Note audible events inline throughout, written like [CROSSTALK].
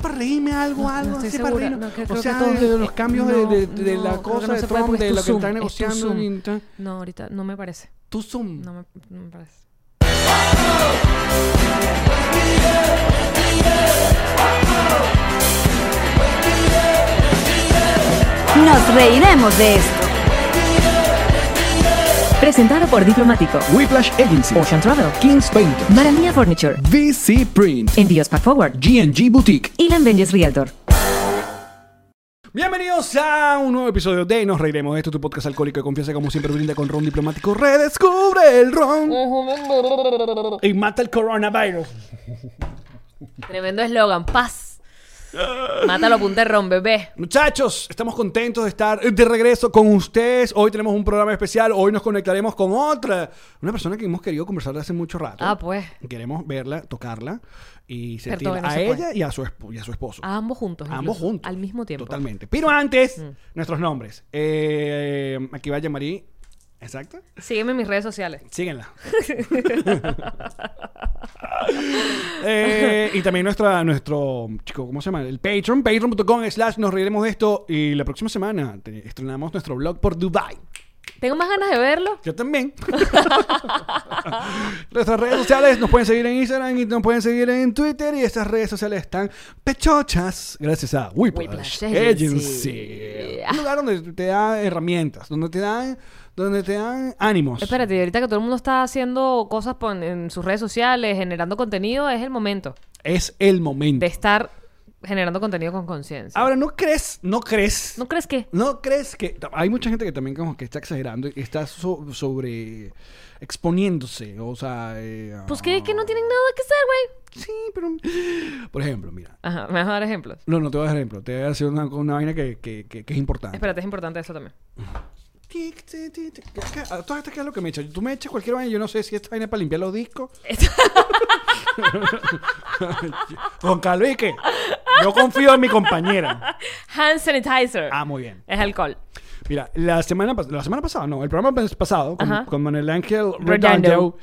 para reírme, algo, algo. no estoy así para segura. reírnos. No, creo- o creo sea, que todo- de los cambios de, de- no, de la no, creo que cosa no de se puede Trump, porque de es lo tu que están Zoom, es tu negociando. y Zoom. tal. No, ahorita no me parece. Tú Zoom. No me, no me parece. Nos reiremos de esto. Presentado por Diplomático, Whiplash Agency, Ocean Travel, Kings Painters, Maranía Furniture, VC Print, Envíos Pack Forward, G&G Boutique. y Benjes Realtor. Bienvenidos a un nuevo episodio de Nos Reiremos. Esto es tu podcast alcohólico de confianza, como siempre, brinda con ron diplomático. Redescubre el ron y mata el coronavirus. Tremendo eslogan. Paz. Mátalo, punta de ron, bebé. Muchachos, estamos contentos de estar de regreso con ustedes. Hoy tenemos un programa especial. Hoy nos conectaremos con otra, una persona que hemos querido conversar hace mucho rato. Ah, pues. Queremos verla, tocarla y sentir todavía no a se puede. ella y a, su esp- y a su esposo. A ambos juntos. A ambos incluso, juntos. Al mismo tiempo. Mm. Totalmente. Pero antes, nuestros nombres. Eh, aquí va Yamarí. Exacto. Sígueme en mis redes sociales. Síguenla. [LAUGHS] Eh, y también nuestra, nuestro, chico, ¿cómo se llama? El Patreon, patreon.com slash nos reiremos de esto. Y la próxima semana te- estrenamos nuestro blog por Dubai. Tengo más ganas de verlo. Yo [LAUGHS] también. Nuestras redes sociales nos pueden seguir en Instagram y nos pueden seguir en Twitter. Y estas redes sociales están pechochas gracias a Whiplash, Whiplash Agency. Agency. Ah. Un lugar donde te dan herramientas, donde te dan, donde te dan ánimos. Espérate, y ahorita que todo el mundo está haciendo cosas pon- en sus redes sociales, generando contenido, es el momento Es el momento. de estar generando contenido con conciencia. Ahora, ¿no crees? ¿No crees? ¿No crees que? ¿No crees que hay mucha gente que también como que está exagerando y está so- sobre exponiéndose? O sea, eh, Pues que, que no tienen nada que hacer, güey. sí, pero por ejemplo, mira, Ajá, me vas a dar ejemplos. no, no te voy a dar ejemplo, te voy a decir una, una vaina que, que- que- que es importante. Espérate, es importante eso también. Tic, tic, tic, tic. ¿Qué- qué- Todo esto que es lo que me echas. Tú me echas cualquier vaina, yo no sé si esta vaina es para limpiar los discos. [LAUGHS] [LAUGHS] Don Carlos, ¿y qué? Yo confío en mi compañera. Hand sanitizer. Ah, muy bien. Es alcohol. Mira, la semana, pas- la semana pasada, no, el programa pas- pasado con, Ajá. con Manuel Ángel Redondo. Redondo,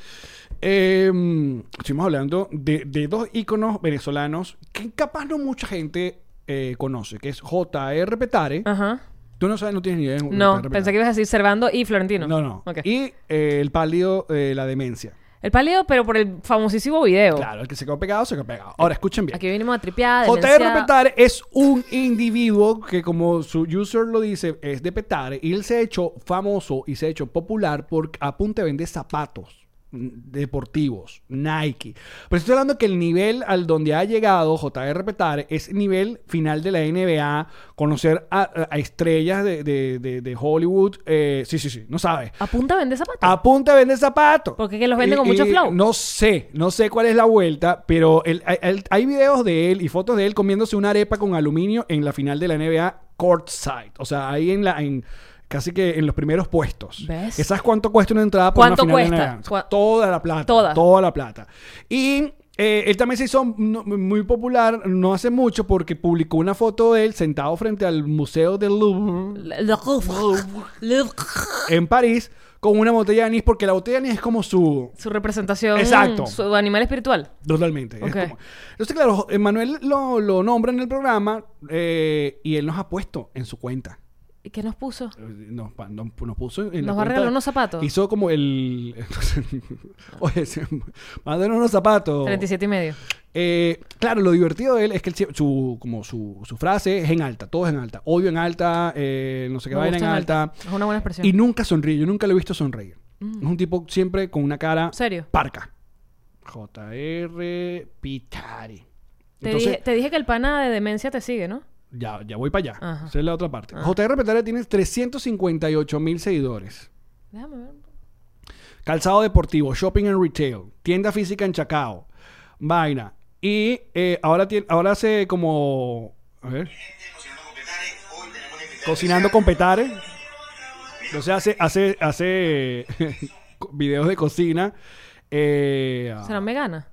eh, estuvimos hablando de, de dos íconos venezolanos que capaz no mucha gente eh, conoce, que es J.R. Petare. Ajá. Tú no sabes, no tienes ni idea. de Ah. No, J.R. pensé que Petare. ibas a decir Servando y Florentino. No, no. Ok. Y eh, el pálido, eh, la demencia. El pálido, pero por el famosísimo video. Claro, el que se quedó pegado, se quedó pegado. Ahora, escuchen bien. Aquí vinimos a tripear. J.R. denunciar. Petare es un individuo que, como su user lo dice, es de Petare y él se ha hecho famoso y se ha hecho popular por apunte vende zapatos mm, deportivos, Nike. Pero estoy hablando que el nivel al donde ha llegado J.R. Petare es nivel final de la NBA, conocer a, a estrellas de, de- de- de Hollywood. eh, sí, sí, sí, no sabes. Apunta a vender zapatos. Apunta a vender zapatos. ¿Por qué que los vende con mucho flow? No sé, no sé cuál es la vuelta, pero él- hay- hay- hay videos de él y fotos de él comiéndose una arepa con aluminio en la final de la NBA courtside. O sea, ahí en la... en- Casi que en los primeros puestos. ¿Ves? ¿Qué ¿Sabes cuánto cuesta una entrada por ¿Cuánto una final de cuesta? NBA? O sea, Cu- Toda la plata. Toda. Toda la plata. Y eh, él también se hizo no- muy popular no hace mucho porque publicó una foto de él sentado frente al Museo del Louvre Le- le- le- en París con una botella de anís porque la botella de anís es como su... Su representación. Exacto. Su animal espiritual. Totalmente. Es Ok. como- Entonces, claro, jo- Manuel lo, lo nombra en el programa eh, y él nos ha puesto en su cuenta. ¿Y qué nos puso? Eh, Nos, pa- nos- nos puso en la ¿Nos va a cuenta- regalar unos zapatos? Hizo como el... [LAUGHS] Oye, se- mandaron unos zapatos. 37 y medio. Eh, claro, lo divertido de él es que él sie- su, como su, su frase es en alta, todo es en alta. Odio en alta, eh, no sé qué Me vaina en gusta en alta. alta. Mm. Es una buena expresión. Y nunca sonríe, yo nunca lo he visto sonreír. Es un tipo siempre con una cara ¿Serio? parca. JR Pitari. Te, Entonces, dije, te dije que el pana de demencia te sigue, ¿no? ya, ya voy para allá. Ajá. Esa es la otra parte. JR Pitari tiene 358 mil seguidores. Déjame ver. calzado deportivo, shopping and retail, tienda física en Chacao, vaina. Y eh, ahora, tiene, ahora hace como... A ver. Cocinando con Petare. Entonces hace, hace, hace [LAUGHS] videos de cocina. Eh, ¿Serán veganas?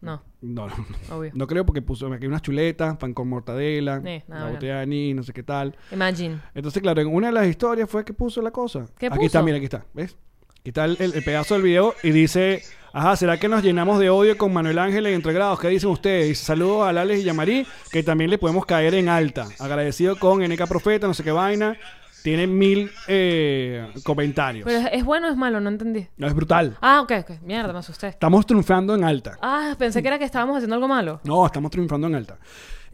No, no, no, obvio. no creo porque puso aquí unas chuletas, pan con mortadela, Sí, nada la vegano. botella de anís, no sé qué tal. Imagine. Entonces, claro, en una de las historias fue que puso la cosa. ¿Qué aquí puso? está, mira, aquí está, ¿ves? Aquí está el, el- el pedazo del video y dice, ajá, ¿será que nos llenamos de odio con Manuel Ángel en Entregrados? ¿Qué dicen ustedes? Dice, saludos a Lales y Yamarí, que también le podemos caer en alta. Agradecido con NK Profeta, no sé qué vaina. Tiene mil eh, comentarios. Pero es, es bueno o es malo, no entendí. No, es brutal. Ah, ok, ok. Mierda, me asusté. Estamos triunfando en alta. Ah, pensé que era que estábamos haciendo algo malo. No, estamos triunfando en alta.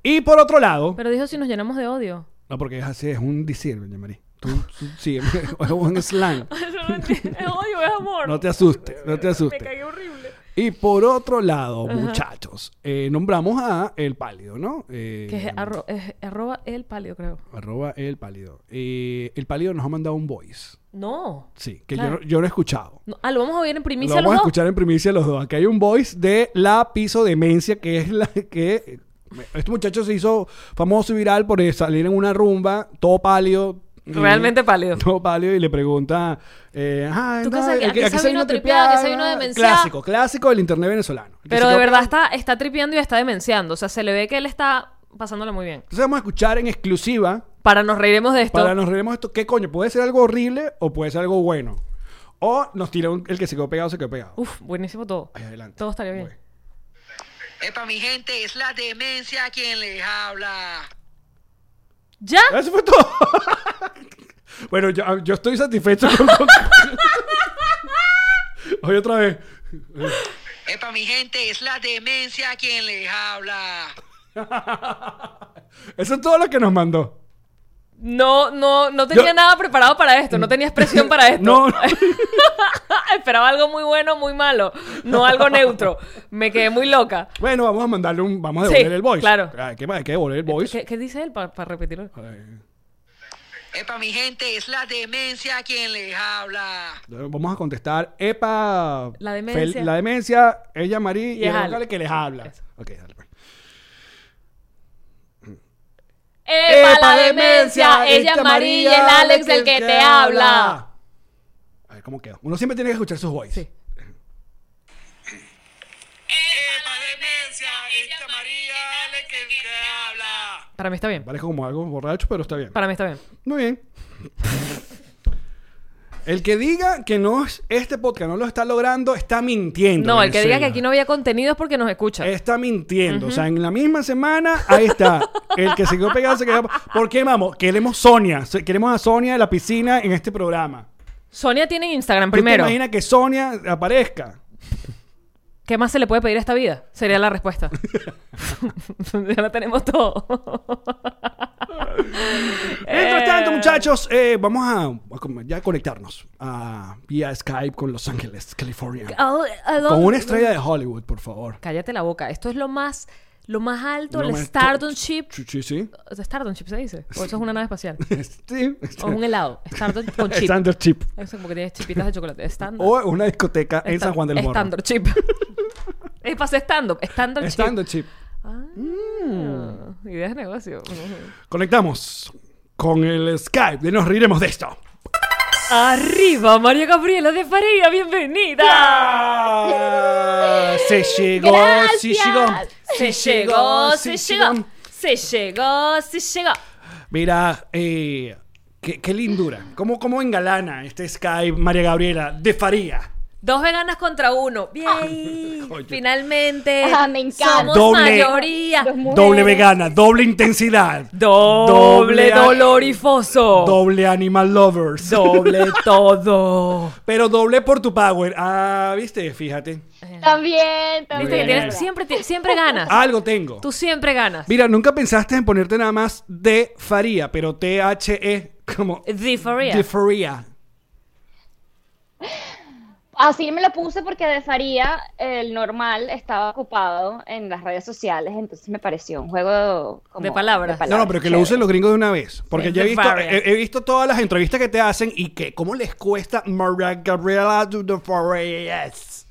Y por otro lado... Pero dijo si nos llenamos de [LAUGHS] odio. No, porque es así, es un decir, Yamarí. Tú, tú- sí, [LAUGHS] es un slang. Yo no entiendo. Es odio, es amor. No te asustes, no te asustes. horrible. Y por otro lado, muchachos, eh, nombramos a El Pálido, ¿no? Eh, Que es, arro- es- arroba el pálido, creo. Arroba El Pálido. Eh, el Pálido nos ha mandado un voice. No. Sí, que Claro. yo, no- yo no he escuchado. No, Ah, lo vamos a oír en Lo primicia vamos a los dos. escuchar en primicia los dos. Aquí hay un voice de La Piso Demencia, que es la que... Este muchacho se hizo famoso y viral por eh, salir en una rumba, todo pálido. y- Realmente pálido. [LAUGHS] Todo pálido y le pregunta... Eh, ah, ¿Tú qué no, sabes? Aquí se vino tripeado, aquí se vino demenciado. Clásico, clásico del internet venezolano. El que Pero se de toca- verdad está, está tripeando y está demenciando. O sea, se le ve que él está pasándolo muy bien. Entonces vamos a escuchar en exclusiva Para nos reiremos de esto. para nos reiremos de esto. ¿Qué coño? ¿Puede ser algo horrible o puede ser algo bueno? O nos tira un- el que se quedó pegado, se quedó pegado. Uf, buenísimo todo. Ahí adelante. Uh. Todo estaría bien. Voy. Epa, mi gente, es la demencia quien les habla. ¿Ya? Eso fue todo. [LAUGHS] bueno, yo, yo estoy satisfecho con. con- [LAUGHS] Hoy otra vez. [LAUGHS] Epa, mi gente, es la demencia quien les habla. Eso es todo lo que nos mandó. No, no, no tenía Yo- nada preparado para esto. No tenía expresión para esto. No, [LAUGHS] Ah, [LAUGHS] no. Esperaba algo muy bueno, muy malo. No algo neutro. Me quedé muy loca. Bueno, vamos a mandarle un. Vamos a Sí, devolver el voice. claro. Ah, Hay que, hay que devolver el voice. ¿Qué, qué dice él para repetirlo? Ay, Epa, mi gente, es la demencia quien les habla. Vamos a contestar. Epa. La demencia. la demencia, ella Marí y, el es Ale. González que les habla. Eso. Ok, dale. pues. ¡Epa, la demencia! Ella, María y el Alex, el que te habla. A ver, ¿cómo quedó? Uno siempre tiene que escuchar sus voices. Sí. Epa, demencia, esta María Ale que habla. Para mí está bien. Parezco como algo borracho, pero está bien. Para mí está bien. Muy bien. El que diga que no es este podcast no lo está logrando, está mintiendo. No, el que diga Venezuela. que aquí no había contenido es porque nos escucha. Está mintiendo. O sea, en la misma semana, ahí está. El que se quedó pegado se quedó. ¿Por qué, vamos? Queremos Sonia. Se- Queremos a Sonia de la piscina en este programa. Sonia tiene Instagram ¿Tú primero. te imaginas que Sonia aparezca? ¿Qué más se le puede pedir a esta vida? Sería la [LAUGHS] respuesta. ya lo tenemos [LAUGHS] todo. Mientras Eh, tanto, muchachos, eh, vamos a, a com- ya conectarnos a, vía Skype con Los Ángeles, California. ¿a- a Ah, dónde- Con una estrella de Hollywood, por favor. Cállate la boca. Esto es lo más, lo más alto, No el me- Stardomship. Sí, sí, [LAUGHS] sí. [LAUGHS] ¿Stardomship se dice? O eso es una nave [LAUGHS] espacial. Sí. O es un helado. Stardom [LAUGHS] con chip. Standard Chip. Eso como que tiene chipitas de chocolate. Estándar. O una discoteca en Estan- San Juan del Morro. Estándar chip. Es pasé stand-up. Estándar chip. Standard Chip. Ah, Ideas de negocio. Conectamos con el Skype de Nos Riremos de Esto. Arriba, María Gabriela de Faría, bienvenida. Ah, se llegó, se llegó. Se llegó, se llegó. Se llegó, se llegó. Mira, eh, qué, qué lindura. ¿Cómo, ¿Cómo engalana este Skype María Gabriela de Faría? Dos veganas contra uno. Bien. Finalmente. Ah, me encanta. Somos Ah. Doble- mayoría. Doble vegana, doble intensidad. Doble Doble- dolorifoso. Doble animal lovers. Doble [LAUGHS] todo. Pero doble por tu power. Ah, viste, fíjate. También, Viste que también. tienes- siempre, ti- siempre ganas. Algo tengo. Tú siempre ganas. Mira, nunca pensaste en ponerte nada más de Faría, pero T-H-E como The Faría. de Faría. Así me lo puse porque de Faría el normal estaba ocupado en las redes sociales, entonces me pareció un juego como De palabras. No, no, pero que lo chévere. usen los gringos de una vez. Porque Sí, yo he de visto, Farrell. he, he visto todas las entrevistas que te hacen y que cómo les cuesta Maria Gabriela to the Forest.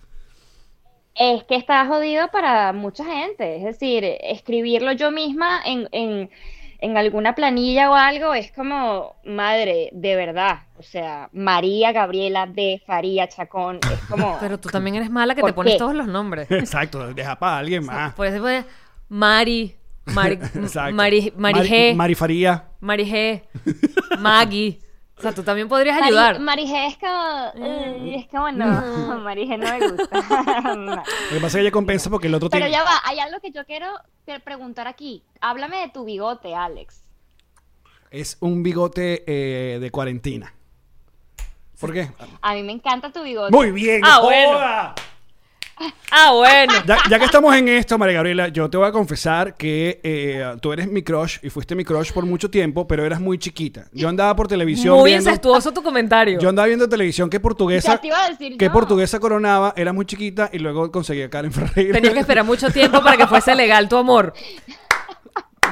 Es que está jodido para mucha gente. Es decir, escribirlo yo misma en, en, en alguna planilla o algo es como, madre, de verdad. O sea, María Gabriela de Faría Chacón. [LAUGHS] Es como, Pero tú también eres mala que ¿Por te pones qué? todos los nombres. [LAUGHS] Exacto, deja para alguien más. Por eso pones Mari, pues, [LAUGHS] Mari, Exacto. Mari, Mari Mari- G, Mari, Mari Faría. G, Maggie. O sea, tú también podrías Mari- ayudar. Mm. Marijé es como, eh, es como, no, [LAUGHS] Marijé no me gusta. [LAUGHS] No. Lo que pasa es que ella compensa porque el otro Pero tiene. ya va, hay algo que yo quiero te preguntar aquí. Háblame de tu bigote, Alex. Es un bigote eh, de cuarentena. ¿Por qué? A mí me encanta tu bigote. Muy bien. Ah, bueno. joda. Ah, bueno. Ya, ya que estamos en esto, María Gabriela, yo te voy a confesar que eh, tú eres mi crush y fuiste mi crush por mucho tiempo, pero eras muy chiquita. Yo andaba por televisión. Muy viendo- incestuoso tu comentario. Yo andaba viendo televisión que portuguesa. Ya te iba a decir que yo. portuguesa coronaba, era muy chiquita y luego conseguía a Karen Ferreira. Tenías que esperar mucho tiempo para que fuese legal tu amor.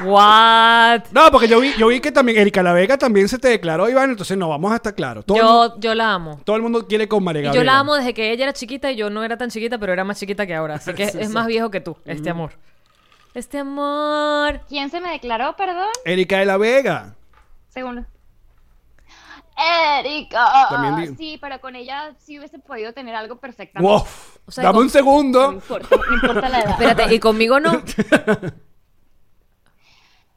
What? [LAUGHS] No, porque yo vi, yo vi que también Erika La Vega también se te declaró, Iván, entonces no, vamos a estar claros. Todo, el mundo- Yo, yo la amo. todo el mundo quiere con María Y Gabriela. yo la amo desde que ella era chiquita y yo no era tan chiquita, pero era más chiquita que ahora. [LAUGHS] Así que es más viejo que tú, Mm. este amor. Este amor. ¿Quién se me declaró, perdón? Erika de La Vega. Según. Erika. También digo. Sí, pero con ella sí hubiese podido tener algo perfectamente. Wow. O sea, Dame con- un [LAUGHS] No segundo. importa, no importa la edad. Espérate, ¿y conmigo [LAUGHS] no?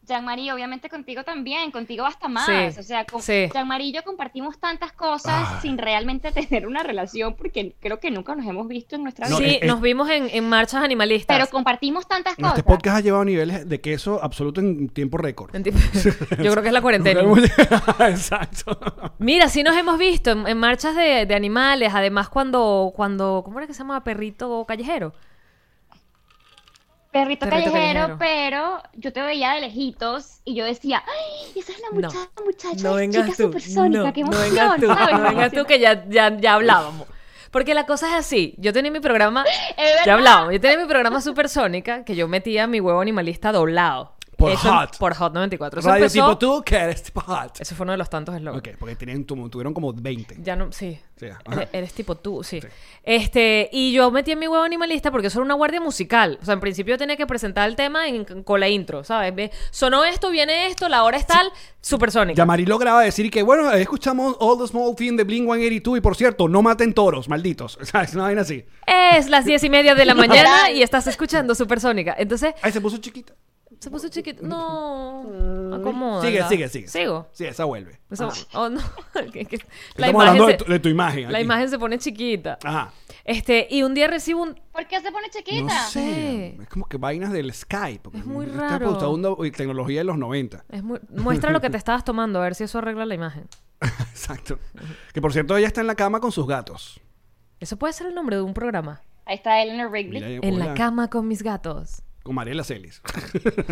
Jean-Marie, obviamente contigo también, contigo hasta más. Sí, o sea, con sí. Jean-Marie y yo compartimos tantas cosas Ah. sin realmente [LAUGHS] tener una relación, porque creo que nunca nos hemos visto en nuestra No, vida. sí, es- es- nos vimos en, en marchas animalistas. Pero compartimos tantas No, este cosas. podcast ha llevado niveles de queso absoluto en tiempo récord. [LAUGHS] Enti- [LAUGHS] Yo creo que es la cuarentena. Exacto. Mira, sí nos hemos visto en, en marchas de, de animales. Además, cuando, cuando. ¿Cómo era que se llama? Perrito [LAUGHS] callejero. Perrito, Perrito callejero. callejero, pero yo te veía de lejitos y yo decía, ¡ay! Esa es la No. muchacha, muchacha, es chica supersónica, qué no emoción, vengas tú, ¿sabes? no vengas tú, que ya, ya, ya hablábamos. Porque la cosa es así. Yo tenía mi programa. verdad. Ya hablábamos. Yo tenía mi programa Supersónica que yo metía mi huevo animalista doblado. Por Eso- Hot. Por Hot 94. Eso Radio empezó- tipo tú que eres tipo hot. Eso fue uno de los tantos eslogans. Ok, porque tenían, tu- tuvieron como 20. Ya Eh, no, sí. Sí, ajá. Eres- E-, Eres tipo tú, sí. Este, y yo metí en mi huevo animalista porque eso era una guardia musical. O sea, en principio tenía que presentar el tema en- con la intro, ¿sabes? Ve, Sonó esto, viene esto, la hora es tal, supersónica. Yamari lograba decir que, bueno, eh, escuchamos All the Small Things de Blink 182 y por cierto, no maten toros, malditos. [LAUGHS] O sea, es una vaina así. Es las diez y [LAUGHS] media de la mañana y estás escuchando Supersónica. Entonces, Ahí se puso chiquita. se puso chiquito. No. Acomoda. Sigue, sigue, sigue. Sigo. Sí, esa vuelve. Eso- oh, no. [LAUGHS] Que- que- la Estamos hablando de imagen tu, se- de tu imagen. la aquí. Ah. imagen se pone chiquita. Ajá. Este, y un día recibo un, ¿Por qué se pone chiquita? No sé. Sí. Es como que vainas del Skype. porque Es muy está raro. usando tecnología de los 90. Es muy- Muestra lo que te estabas tomando, a ver si eso arregla la imagen. [LAUGHS] Exacto. Que por cierto, ella está en la cama con sus gatos. Eso puede ser el nombre de un programa. Ahí está Eleanor Rigby. Mira, En la hola, cama con mis gatos. Con Mariela Celis. [LAUGHS]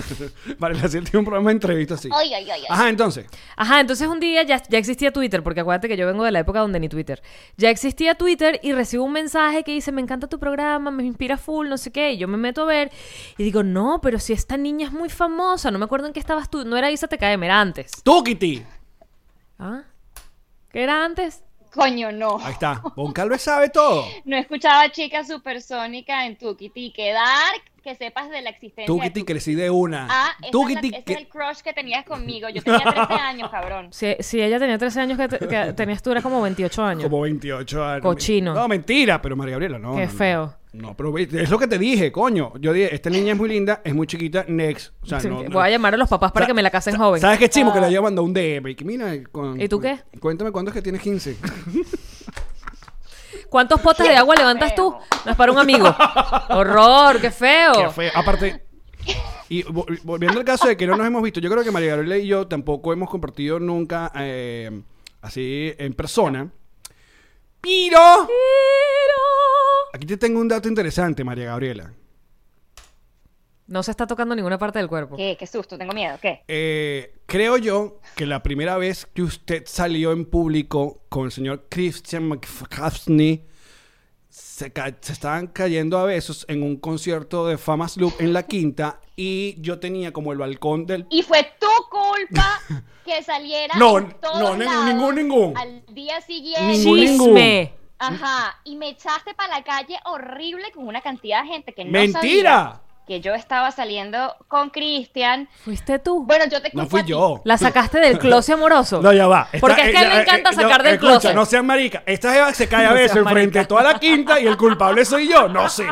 Mariela Celis tiene un programa de entrevistas así. Ay, ay, ay, ay. Ajá, entonces. Ajá, entonces un día ya, ya existía Twitter, porque acuérdate que yo vengo de la época donde ni Twitter. Ya existía Twitter y recibo un mensaje que dice, me encanta tu programa, me inspira full, no sé qué. Y yo me meto a ver y digo, no, pero si esta niña es muy famosa, no me acuerdo en qué estabas tú. No era Isa TKM, era antes. ¡Tú, Kitty! ¿Ah? ¿Qué era antes? Coño, no. Ahí está. Bon Calves sabe todo. No escuchaba chica supersónica en Tukiti. Que dark, que sepas de la existencia. Tú, de Kitty, Tuki. crecí de una. Ah, esa tú, es la- Kitty, ese que- es el crush que tenías conmigo. Yo tenía 13 años, [LAUGHS] cabrón. Si, si ella tenía 13 años que, [LAUGHS] te- que tenías tú, era como 28 años. como 28 años. Cochino. No, mentira, pero María Gabriela, no. Qué no, no. feo. No, pero ve- es lo que te dije, coño. Yo dije, esta niña es muy linda, es muy chiquita, next. O sea, no, no. Voy a llamar a los papás para Sa- que me la casen sa- joven. Ah. ¿Sabes qué chimo? Que la lleva mandando un DM. Y que mira, con- ¿Y tú qué? Cuéntame cuánto es que tienes 15. ¿Cuántos potes de agua levantas tú? No es para un amigo. [LAUGHS] Horror, qué feo. Qué feo. Aparte. Y vo- volviendo al caso de que no nos hemos visto, yo creo que María Gabriela y yo tampoco hemos compartido nunca eh, así en persona. Pero. Aquí te tengo un dato interesante, María Gabriela. No se está tocando ninguna parte del cuerpo. ¿Qué? ¿Qué susto? Tengo miedo. ¿Qué? Eh, creo yo que la primera vez que usted salió en público con el señor Christian McCaffney se, ca- se estaban cayendo a besos en un concierto de Famas Loop en la quinta y yo tenía como el balcón del... Y fue tu [LAUGHS] culpa que saliera No, en todos no, ni- lados ningún, ningún. Al día siguiente. Ningún, ¡Chisme! Ajá, y me echaste para la calle horrible con una cantidad de gente que no ¡Mentira! sabía que yo estaba saliendo con Cristian. Fuiste tú. Bueno, yo te culpo No fui a ti. yo. La sacaste del closet amoroso. No, ya va. eh, Porque es que a él ya- le encanta ya- sacar del escucha, closet. No sean marica. Esta jeva se cae a [LAUGHS] No veces sean frente marica. a toda la quinta y el culpable soy yo. No [LAUGHS] sé.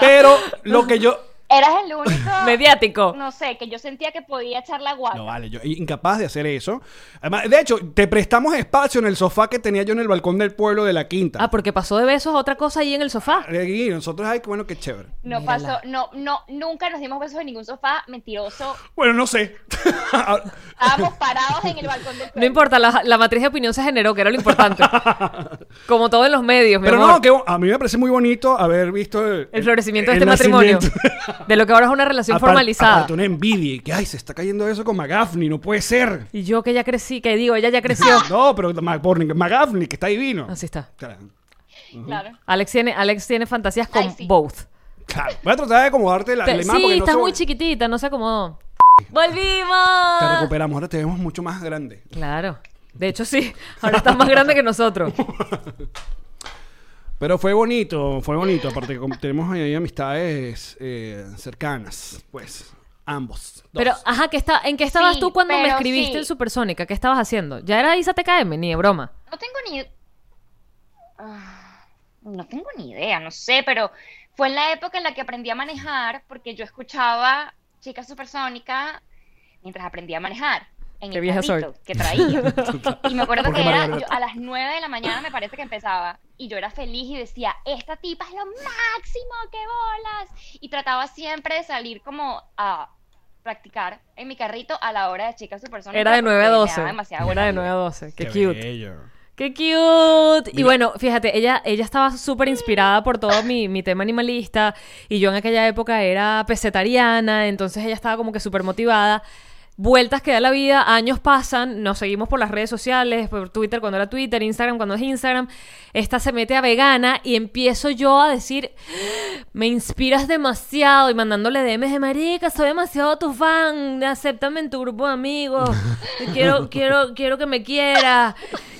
Pero lo que yo. Eras el único. [LAUGHS] Mediático. No sé, que yo sentía que podía echar la guardia. No vale, yo incapaz de hacer eso. Además, de hecho, te prestamos espacio en el sofá que tenía yo en el balcón del pueblo de la quinta. Ah, porque pasó de besos a otra cosa ahí en el sofá. Y nosotros, ay, qué bueno, qué chévere. No pasó, no, no, nunca nos dimos besos en ningún sofá, mentiroso. Bueno, no sé. [LAUGHS] Estábamos parados en el balcón del No importa, la, la matriz de opinión se generó, que era [LAUGHS] lo importante. Como todo en los medios, mi Pero amor. no, que bo- a mí me parece muy bonito haber visto el, El florecimiento de el este matrimonio. nacimiento. De lo que ahora es una relación Apar- formalizada. aparte una envidia y que, ay, se está cayendo eso con McGaffney, no puede ser. Y yo que ya crecí, que digo, ella ya creció. [LAUGHS] No, pero Ma- por McGaffney, que está divino. Así está. Claro. Claro. Alex tiene, Alex tiene fantasías con Ay, sí. both. Claro. Voy a tratar de acomodarte la, Te- la imagen sí, porque no estás se- muy chiquitita, no se acomodó. Te ¡Volvimos! recuperamos, ahora te vemos mucho más grande. Claro. De hecho, sí. Ahora estás más grande [LAUGHS] que nosotros. Pero fue bonito, fue bonito. Aparte que como tenemos ahí amistades eh, cercanas, pues, ambos. dos. Pero, ah, ajá, ¿qué está, ¿en qué estabas Sí, tú cuando me pero escribiste sí. en Supersónica? ¿Qué estabas haciendo? ¿Ya era Isa TKM? Ni de broma. No tengo ni. Ah, No tengo ni idea, no sé, pero fue en la época en la que aprendí a manejar porque yo escuchaba Chica Supersónica mientras aprendía a manejar en Qué el vieja soy. carrito que traía. [LAUGHS] Y me acuerdo Porque que era Margarita- yo- a las 9 de la mañana me parece que empezaba y yo era feliz y decía, esta tipa es lo máximo, qué bolas. Y trataba siempre de salir como a practicar en mi carrito a la hora de Chica Supersónica. Era de 9 a porque me 12. daba demasiada Era buena de vibra. 9 a 12. Qué, cute. bello. ¡Qué cute! Y bueno, fíjate, ella, ella estaba súper inspirada por todo mi, mi tema animalista y yo en aquella época era pesetariana, entonces ella estaba como que súper motivada. Vueltas que da la vida, años pasan, nos seguimos por las redes sociales, por Twitter cuando era Twitter, Instagram cuando es Instagram. Esta se mete a vegana y empiezo yo a decir, me inspiras demasiado y mandándole DMs de marica, soy demasiado tu fan, acéptame en tu grupo de amigos, quiero, quiero, quiero que me quieras.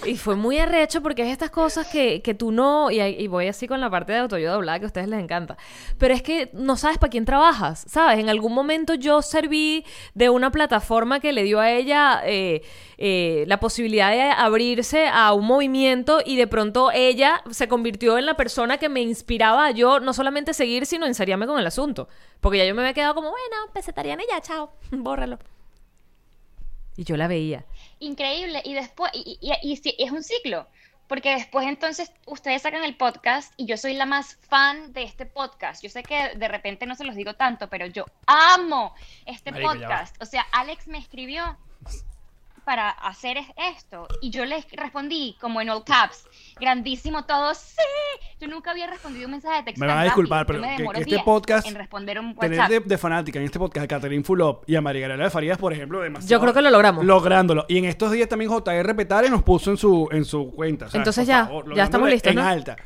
Y fue muy arrecho porque es estas cosas que, que tú no, y, ahí- y voy así con la parte de autoayuda hablada que a ustedes les encanta, pero es que no sabes para quién trabajas, ¿sabes? En algún momento yo serví de una plataforma que le dio a ella eh, eh, la posibilidad de abrirse a un movimiento y de pronto ella se convirtió en la persona que me inspiraba a yo no solamente seguir, sino ensariarme con el asunto. Porque ya yo me había quedado como, bueno, pesetariana y ya, chao, [LAUGHS] bórralo. Y yo la veía. Increíble. Y después, y, y- y- y sí, es un ciclo, porque después entonces ustedes sacan el podcast y yo soy la más fan de este podcast. Yo sé que de repente no se los digo tanto, pero yo amo este Marico, ya va. podcast. O sea, Alex me escribió para hacer es- esto y yo les respondí como en all caps, grandísimo todo, sí. Yo nunca había respondido un mensaje de texto Me van a tan disculpar, rápido. Yo pero me que- demoro que este días podcast- en responder un Tener WhatsApp. de, de fanática en este podcast a Catherine Fulop y a María Gabriela de Farías, por ejemplo, demasiado. Yo creo que lo logramos. Lográndolo. Y en estos días también JR Petare nos puso en su, en su cuenta. o sea, Entonces por ya, favor, ya estamos lográndole listos, En ¿no? alta.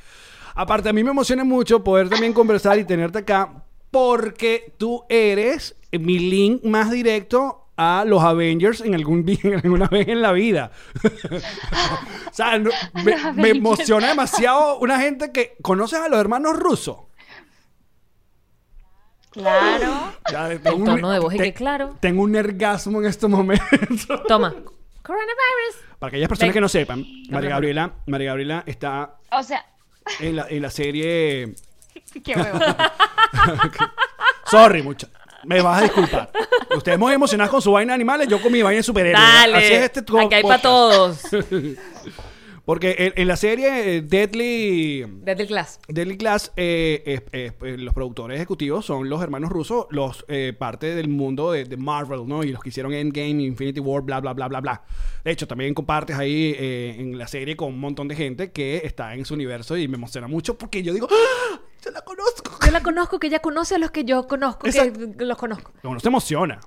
Aparte, a mí me emociona mucho poder también conversar y tenerte acá porque tú eres mi link más directo a los Avengers en algún [LAUGHS] día, en alguna vez en la vida. o sea, [LAUGHS] no- me, me Avengers. emociona demasiado una gente que conoces a los hermanos rusos. Claro. Ya, tengo El un- tono de voz y te- que claro. Tengo un orgasmo en este estos momentos. Toma. Coronavirus. [LAUGHS] Para aquellas personas Ven. que no sepan, María Gabriela, María Gabriela está O sea, en la, en la [LAUGHS] serie. qué huevo. [LAUGHS] Sorry, mucha. Me vas a disculpar. Ustedes muy emocionados con su vaina de animales, yo con mi vaina de superhéroes. Dale. Así es este co- Aquí hay para podcast. [LAUGHS] todos. Porque en, en la serie eh, Deadly. Deadly Class. Deadly Class, eh, es- es- eh, los productores ejecutivos son los hermanos rusos, los eh, parte del mundo de, de Marvel, ¿no? Y los que hicieron Endgame, Infinity War, bla, bla, bla, bla, bla. De hecho, también compartes ahí eh, en la serie con un montón de gente que está en su universo y me emociona mucho porque yo digo, ¡Ah! ¡Yo la conozco! Yo la conozco, que ella conoce a los que yo conozco, que Exacto. los conozco. Uno se emociona.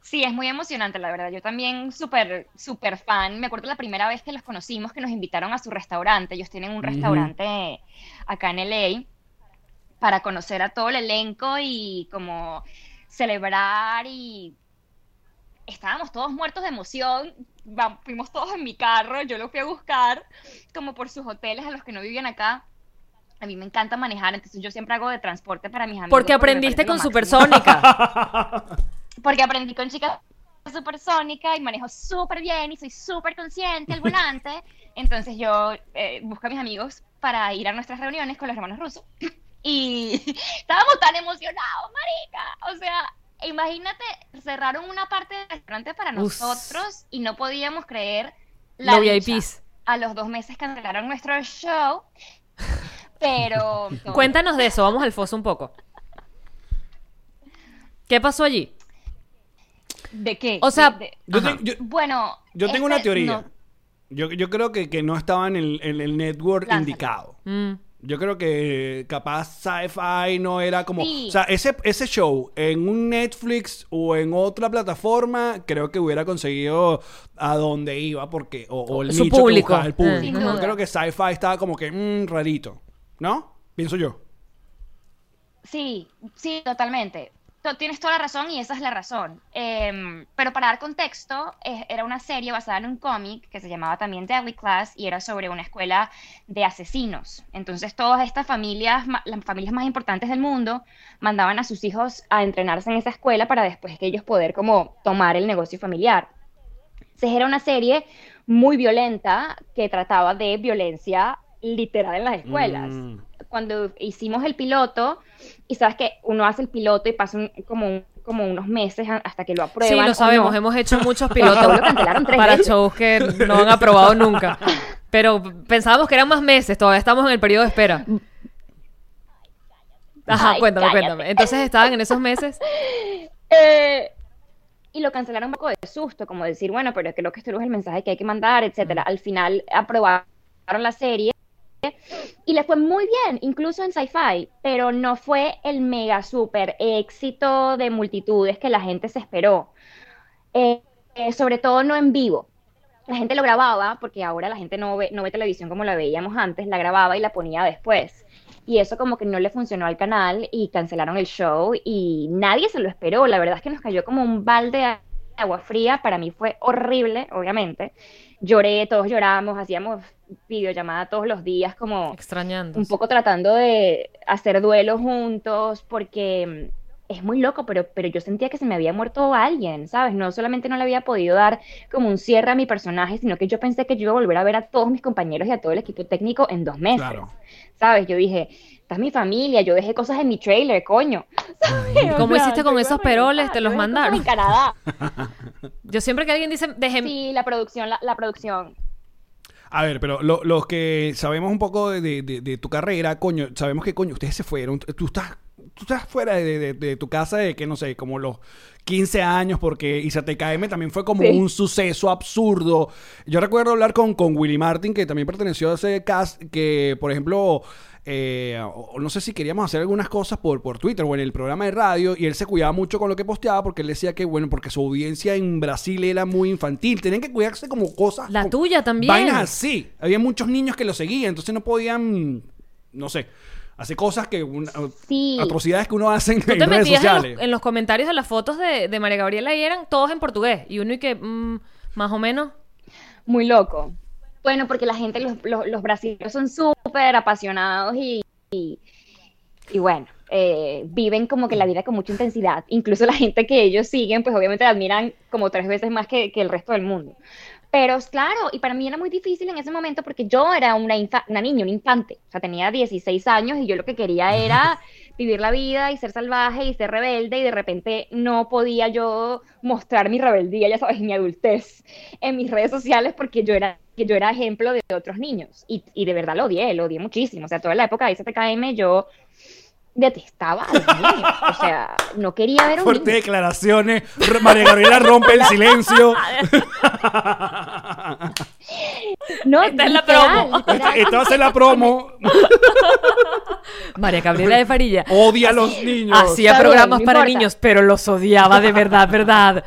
Sí, es muy emocionante, la verdad. Yo también súper, súper fan. Me acuerdo la primera vez que los conocimos, que nos invitaron a su restaurante. Ellos tienen un restaurante acá en LA para conocer a todo el elenco y como celebrar y estábamos todos muertos de emoción. Va- fuimos todos en mi carro, yo lo fui a buscar como por sus hoteles a los que no vivían acá. A mí me encanta manejar, entonces yo siempre hago de transporte para mis amigos. Porque me aprendiste parece lo con máximo Supersónica. porque aprendí con chicas supersónica y manejo súper bien y soy súper consciente [LAUGHS] al volante. Entonces yo eh, busco a mis amigos para ir a nuestras reuniones con los hermanos rusos. [LAUGHS] Y [LAUGHS] estábamos tan emocionados, marica. O sea, imagínate, cerraron una parte del restaurante para Us. nosotros y no podíamos creer la Los dicha. VIPs. A los dos meses cancelaron nuestro show, [LAUGHS] pero... Cuéntanos de eso, vamos al foso un poco. ¿Qué pasó allí? ¿De qué? O sea, De- de- Yo, te- yo- bueno... yo tengo este- una teoría. no. Yo, yo creo que, que no estaba en el, en el network Lánzala. indicado. Mm. Yo creo que capaz Sci-Fi no era como... Sí. O sea, ese, ese show en un Netflix o en otra plataforma creo que hubiera conseguido a dónde iba porque... O, o el Su nicho que público. Ah, buscaba el Sin público. Yo duda. creo que Sci-Fi estaba como que mm, rarito. ¿No? Pienso yo. Sí, sí, totalmente. To- Tienes toda la razón y esa es la razón. Em, pero para dar contexto, es- era una serie basada en un cómic que se llamaba también Deadly Class y era sobre una escuela de asesinos. Entonces todas estas familias, ma- las familias más importantes del mundo, mandaban a sus hijos a entrenarse en esa escuela para después que ellos poder como tomar el negocio familiar. Entonces era una serie muy violenta que trataba de violencia literal en las escuelas. Mm. Cuando hicimos el piloto, y sabes que uno hace el piloto y pasa un- como, un- como unos meses a- hasta que lo aprueban. Sí, o lo no. sabemos, hemos hecho [LAUGHS] muchos pilotos Seguro cancelaron tres para veces. shows que no han aprobado nunca. Pero pensábamos que eran más meses, todavía estamos en el periodo de espera. Ajá, Ay, cuéntame, cállate. cuéntame. Entonces estaban en esos meses. Eh, y lo cancelaron un poco de susto, como decir, bueno, pero creo que este no es el mensaje que hay que mandar, etcétera. Al final aprobaron la serie y le fue muy bien, incluso en sci-fi, pero no fue el mega super éxito de multitudes que la gente se esperó. Eh, eh, sobre todo no en vivo. La gente lo grababa, porque ahora la gente no ve, no ve televisión como la veíamos antes, la grababa y la ponía después. Y eso como que no le funcionó al canal y cancelaron el show y nadie se lo esperó. La verdad es que nos cayó como un balde de agua fría. Para mí fue horrible, obviamente. Lloré, todos lloramos, hacíamos videollamada todos los días como Extrañando. [LAUGHS] un poco tratando de hacer duelo juntos, porque mm, es muy loco, pero, pero yo sentía que se me había muerto alguien, ¿sabes? No solamente no le había podido dar como un cierre a mi personaje, sino que yo pensé que yo iba a volver a ver a todos mis compañeros y a todo el equipo técnico en dos meses, Claro. ¿sabes? Yo dije, esta es mi familia, yo dejé cosas en mi trailer, coño. [LAUGHS] ¿sabes? O ¿Cómo sea, hiciste yo con iba a esos regresar, peroles? ¿Te yo los dejé cosas mandaron? Em [LAUGHS] En Canadá. Yo siempre que alguien dice, déjenme. Sí, la producción, la, la producción. A ver, pero lo- los que sabemos un poco de, de- de- de tu carrera, coño, sabemos que, coño, ustedes se fueron. Tú estás, tú estás fuera de, de- de tu casa de que, no sé, como los 15 años, porque ICTKM también fue como Sí. un suceso absurdo. Yo recuerdo hablar con, con Willy Martin, que también perteneció a ese cast, que, por ejemplo. eh, o- no sé si queríamos hacer algunas cosas por, por Twitter o en el programa de radio y él se cuidaba mucho con lo que posteaba porque él decía que bueno porque su audiencia en Brasil era muy infantil tenían que cuidarse como cosas La como- tuya también. vainas así. Había muchos niños que lo seguían, entonces no podían, no sé, hacer cosas que una- Sí. atrocidades que uno hace en, Tú en te redes metías en los, sociales. en los comentarios de las fotos de, de María Gabriela y eran todos en portugués. Y uno y que, mm, más o menos. Muy loco. Bueno, porque la gente, los, los, los brasileños son súper apasionados y, y, y bueno, eh, viven como que la vida con mucha intensidad. Incluso la gente que ellos siguen, pues obviamente la admiran como tres veces más que, que el resto del mundo. Pero claro, y para mí era muy difícil en ese momento porque yo era una, infa- una niña, un infante. O sea, tenía 16 años y yo lo que quería era vivir la vida y ser salvaje y ser rebelde y de repente no podía yo mostrar mi rebeldía, ya sabes, y mi adultez en mis redes sociales porque yo era que yo era ejemplo de otros niños y, y de verdad lo odié, lo odié muchísimo. O sea, toda la época de ICTKM yo detestaba a los niños. O sea, no quería ver a [LAUGHS] un Fuertes niño. declaraciones. R- María Gabriela rompe el [LAUGHS] silencio. No, Esta es la literal, promo. literal. Esta va a ser la promo. María Gabriela de [LAUGHS] Farilla. Odia a los niños. Hacía Está bien, programas no para importa. niños, pero los odiaba de verdad, verdad.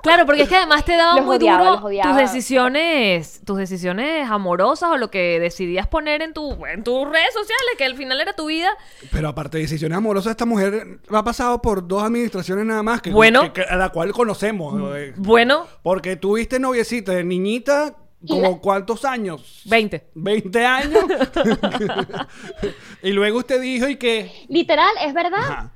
Claro, porque es que además te daban Los muy odiaba, duro los odiaba. tus decisiones, tus decisiones amorosas o lo que decidías poner en tu en tus redes sociales, que al final era tu vida. Pero aparte de decisiones amorosas, esta mujer ha pasado por dos administraciones nada más que, Bueno. que- que- a la cual conocemos. eh, Bueno, Porque tuviste noviecita de niñita, como cuántos años? 20. 20 años. [LAUGHS] y luego usted dijo y que... Literal, es verdad. Ajá.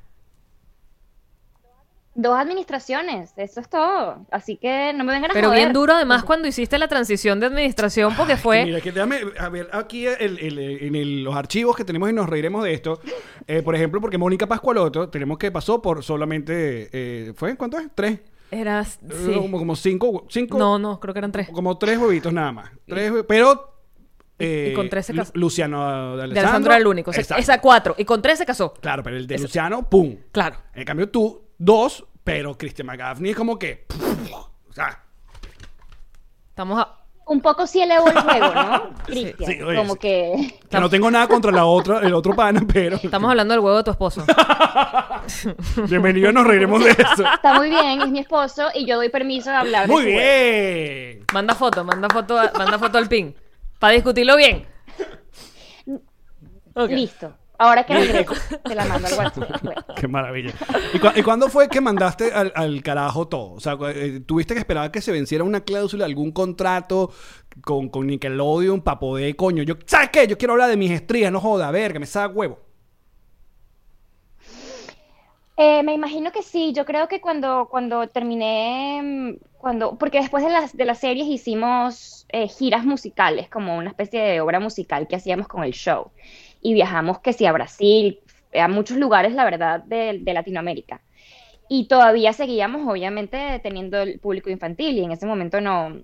Dos administraciones, eso es todo. Así que no me vengan a Pero joder. bien duro además cuando hiciste la transición de administración porque Que fue Mira, que déjame a ver aquí el- el- el- en el- los archivos que tenemos y nos reiremos de esto. Eh, por ejemplo, porque Mónica Pascualotto, tenemos que pasó por solamente. eh, ¿Fue? ¿Cuánto es? ¿Tres? eras Eh, Como, como cinco, hue- cinco. No, no, creo que eran tres. Como tres huevitos nada más. Tres hue- pero. eh, y con tres se Lu- casó. Luciano de Alessandro. De Alessandro era el único. O sea, Exacto. esa cuatro. Y con tres se casó. Claro, pero el de Luciano, ¡pum! Claro. En cambio tú, dos, pero Christian McGaffney es como que. O sea, Estamos a- Un poco sí elevó el [LAUGHS] juego, ¿no? Cristian, sí, oye, como sí. que... que no tengo nada contra la otra, el otro pana, [LAUGHS] pero. Estamos hablando del huevo de tu [LAUGHS] esposo. Bienvenido, nos reiremos de eso. Está muy bien, es mi esposo y yo doy permiso de hablar. de Muy su huevo. pues. bien. Manda foto, manda foto, a- manda foto al pin. Para discutirlo bien. Ok. Listo. Ahora que regreso, te la mando al WhatsApp. pues. Bueno. Qué maravilla. ¿Y, cu- y cuándo fue que mandaste al, al carajo todo? O sea, cu- eh, ¿tuviste que esperar a que se venciera una cláusula, algún contrato con, con Nickelodeon para poder, coño? Yo, ¿Sabes qué? Yo quiero hablar de mis estrías, no joda, verga, me saca huevo. Eh, me imagino que sí, yo creo que cuando, cuando terminé, mm, cuando, porque después de las, de las series hicimos eh, giras musicales, como una especie de obra musical que hacíamos con el show. Y viajamos que sí a Brasil, a muchos lugares, la verdad, de, de Latinoamérica. Y todavía seguíamos, obviamente, teniendo el público infantil, y en ese momento no,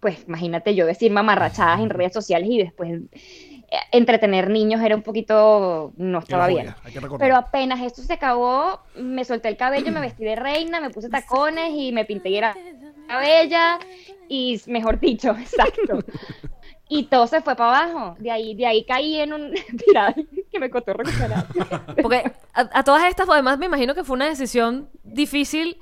pues imagínate yo decir mamarrachadas en redes sociales y después eh, entretener niños era un poquito, no Que no estaba bien. joda, Hay que recordar. Pero apenas esto se acabó, me solté el cabello, me vestí de reina, me puse tacones y me pinté y era bella y mejor dicho, [LAUGHS] exacto. Y todo se fue para abajo. De ahí, de ahí caí en un [LAUGHS] espiral que me costó recuperar. Porque a, a todas estas, además, me imagino que fue una decisión difícil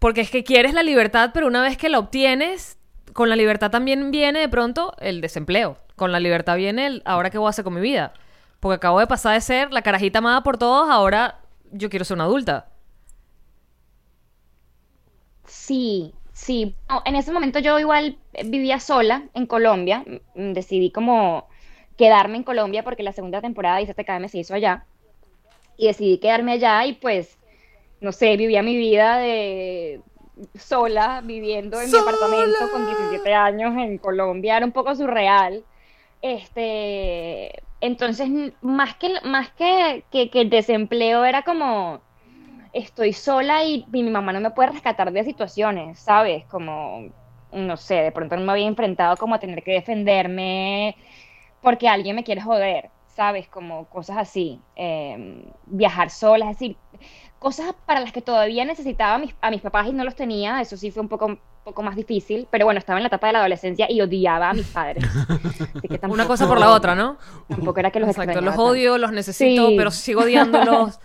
porque es que quieres la libertad, pero una vez que la obtienes, con la libertad también viene de pronto el desempleo. Con la libertad viene el ahora qué voy a hacer con mi vida. Porque acabo de pasar de ser la carajita amada por todos, ahora yo quiero ser una adulta. Sí, sí. No, en ese momento yo igual vivía sola en Colombia. Mm, Decidí como quedarme en Colombia porque la segunda temporada de IZTKM se hizo allá. Y decidí quedarme allá y pues, no sé, vivía mi vida de sola, viviendo en mi apartamento con 17 años en Colombia. Era un poco surreal. Este, entonces, n- más que, más que, que, que el desempleo era como estoy sola y, y mi mamá no me puede rescatar de situaciones, ¿sabes? Como, no sé, de pronto no me había enfrentado como a tener que defenderme porque alguien me quiere joder, ¿sabes? Como cosas así, eh, viajar sola, es decir, cosas para las que todavía necesitaba a mis, a mis papás y no los tenía, eso sí fue un poco, un poco más difícil, pero bueno, estaba en la etapa de la adolescencia y odiaba a mis padres. Así que [LAUGHS] Una cosa tampoco- por la otra, ¿no? Tampoco era que los Exacto, extrañaba los tanto. odio, los necesito, Sí. pero sigo [LAUGHS] odiándolos.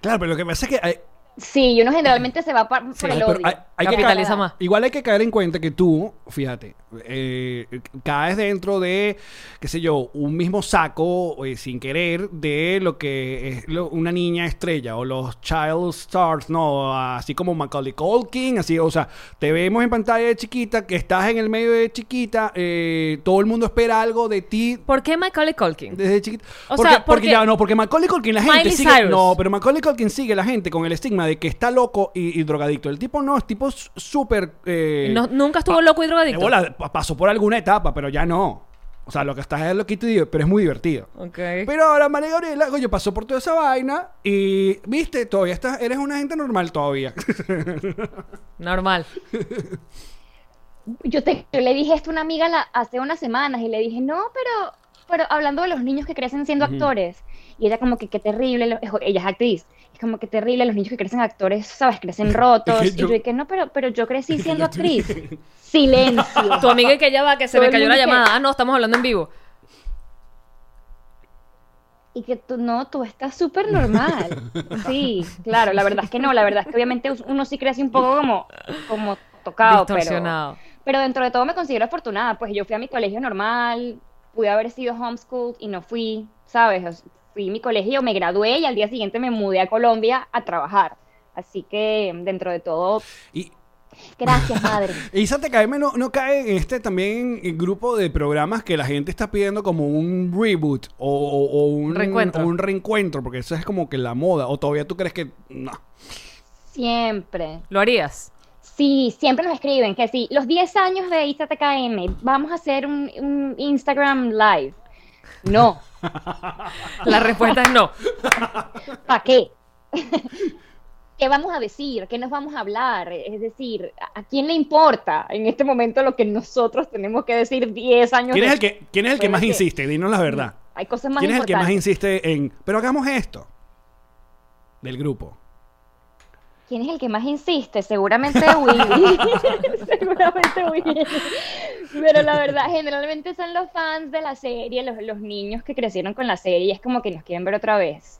Claro, pero lo que pasa es que eh, hay, Sí, y uno generalmente se va pa- por, el pero odio. hay- hay que Capitaliza ca- más. Igual hay que caer en cuenta que tú, fíjate, eh, caes dentro de, qué sé yo, un mismo saco eh, sin querer de lo que es lo- una niña estrella o los child stars, no, así como Macaulay Culkin, así, o sea, te vemos en pantalla de chiquita, que estás en el medio de chiquita, eh, todo el mundo espera algo de ti ¿Por qué Macaulay Culkin? desde chiquito. O porque, sea, porque porque- ya no, porque Macaulay Culkin la gente Miley sigue. Cyrus. No, pero Macaulay Culkin sigue la gente con el estigma de que está loco y, y drogadicto. El tipo no, es tipo s- súper. eh, No- nunca estuvo loco y drogadicto. de bola, pa- pasó por alguna etapa, pero ya no. O sea, lo que está es loquito y pero es muy divertido. Ok. Pero ahora María Gabriela, coño, pasó por toda esa vaina y, viste, todavía estás, eres una gente normal todavía. [LAUGHS] Normal. yo, te- yo le dije esto a una amiga la- hace unas semanas y le dije, no, pero, pero hablando de los niños que crecen siendo actores. Y ella como que qué terrible, lo- es- ella es actriz. Es como que terrible, los niños que crecen actores, sabes, crecen rotos. Yo- Y yo dije, no, pero, pero yo crecí siendo actriz. [LAUGHS] Silencio. Tu amiga [LAUGHS] que ya va, que se Todo me el cayó la mundo que- llamada. Ah, no, estamos hablando en vivo. Y que tú, no, tú estás súper normal. Sí, claro, la verdad es que no, la verdad es que obviamente uno sí crece un poco como, como tocado, Ah, pero, Distorsionado. pero dentro de todo me considero afortunada, pues yo fui a mi colegio normal, pude haber sido homeschooled y no fui, ¿sabes? O sea, fui a mi colegio, me gradué y al día siguiente me mudé a Colombia a trabajar. Así que dentro de todo, Y gracias madre. Isa TKM no, no cae en este también grupo de programas que la gente está pidiendo como un reboot o, o- o un, Reencuentro. o un reencuentro, porque eso es como que la moda. O todavía tú crees que. No. Siempre. ¿Lo harías? Sí, siempre nos escriben que sí, los 10 años de Isa TKM, vamos a hacer un, un Instagram live. No, La respuesta es no. [LAUGHS] [LAUGHS] ¿para qué? ¿Qué vamos a decir? ¿Qué nos vamos a hablar? Es decir, ¿a a quién le importa en este momento lo que nosotros tenemos que decir 10 años ¿Quién es el después? que, quién es el que Bueno, más es que- insiste? Dinos la verdad. Hay cosas más ¿Quién es el que más importantes. insiste en. Pero hagamos esto? Del grupo. ¿Quién es el que más insiste? Seguramente [LAUGHS] Willy. [LAUGHS] Seguramente Willy. Pero la verdad, generalmente son los fans de la serie, los, los niños que crecieron con la serie, y es como que nos quieren ver otra vez.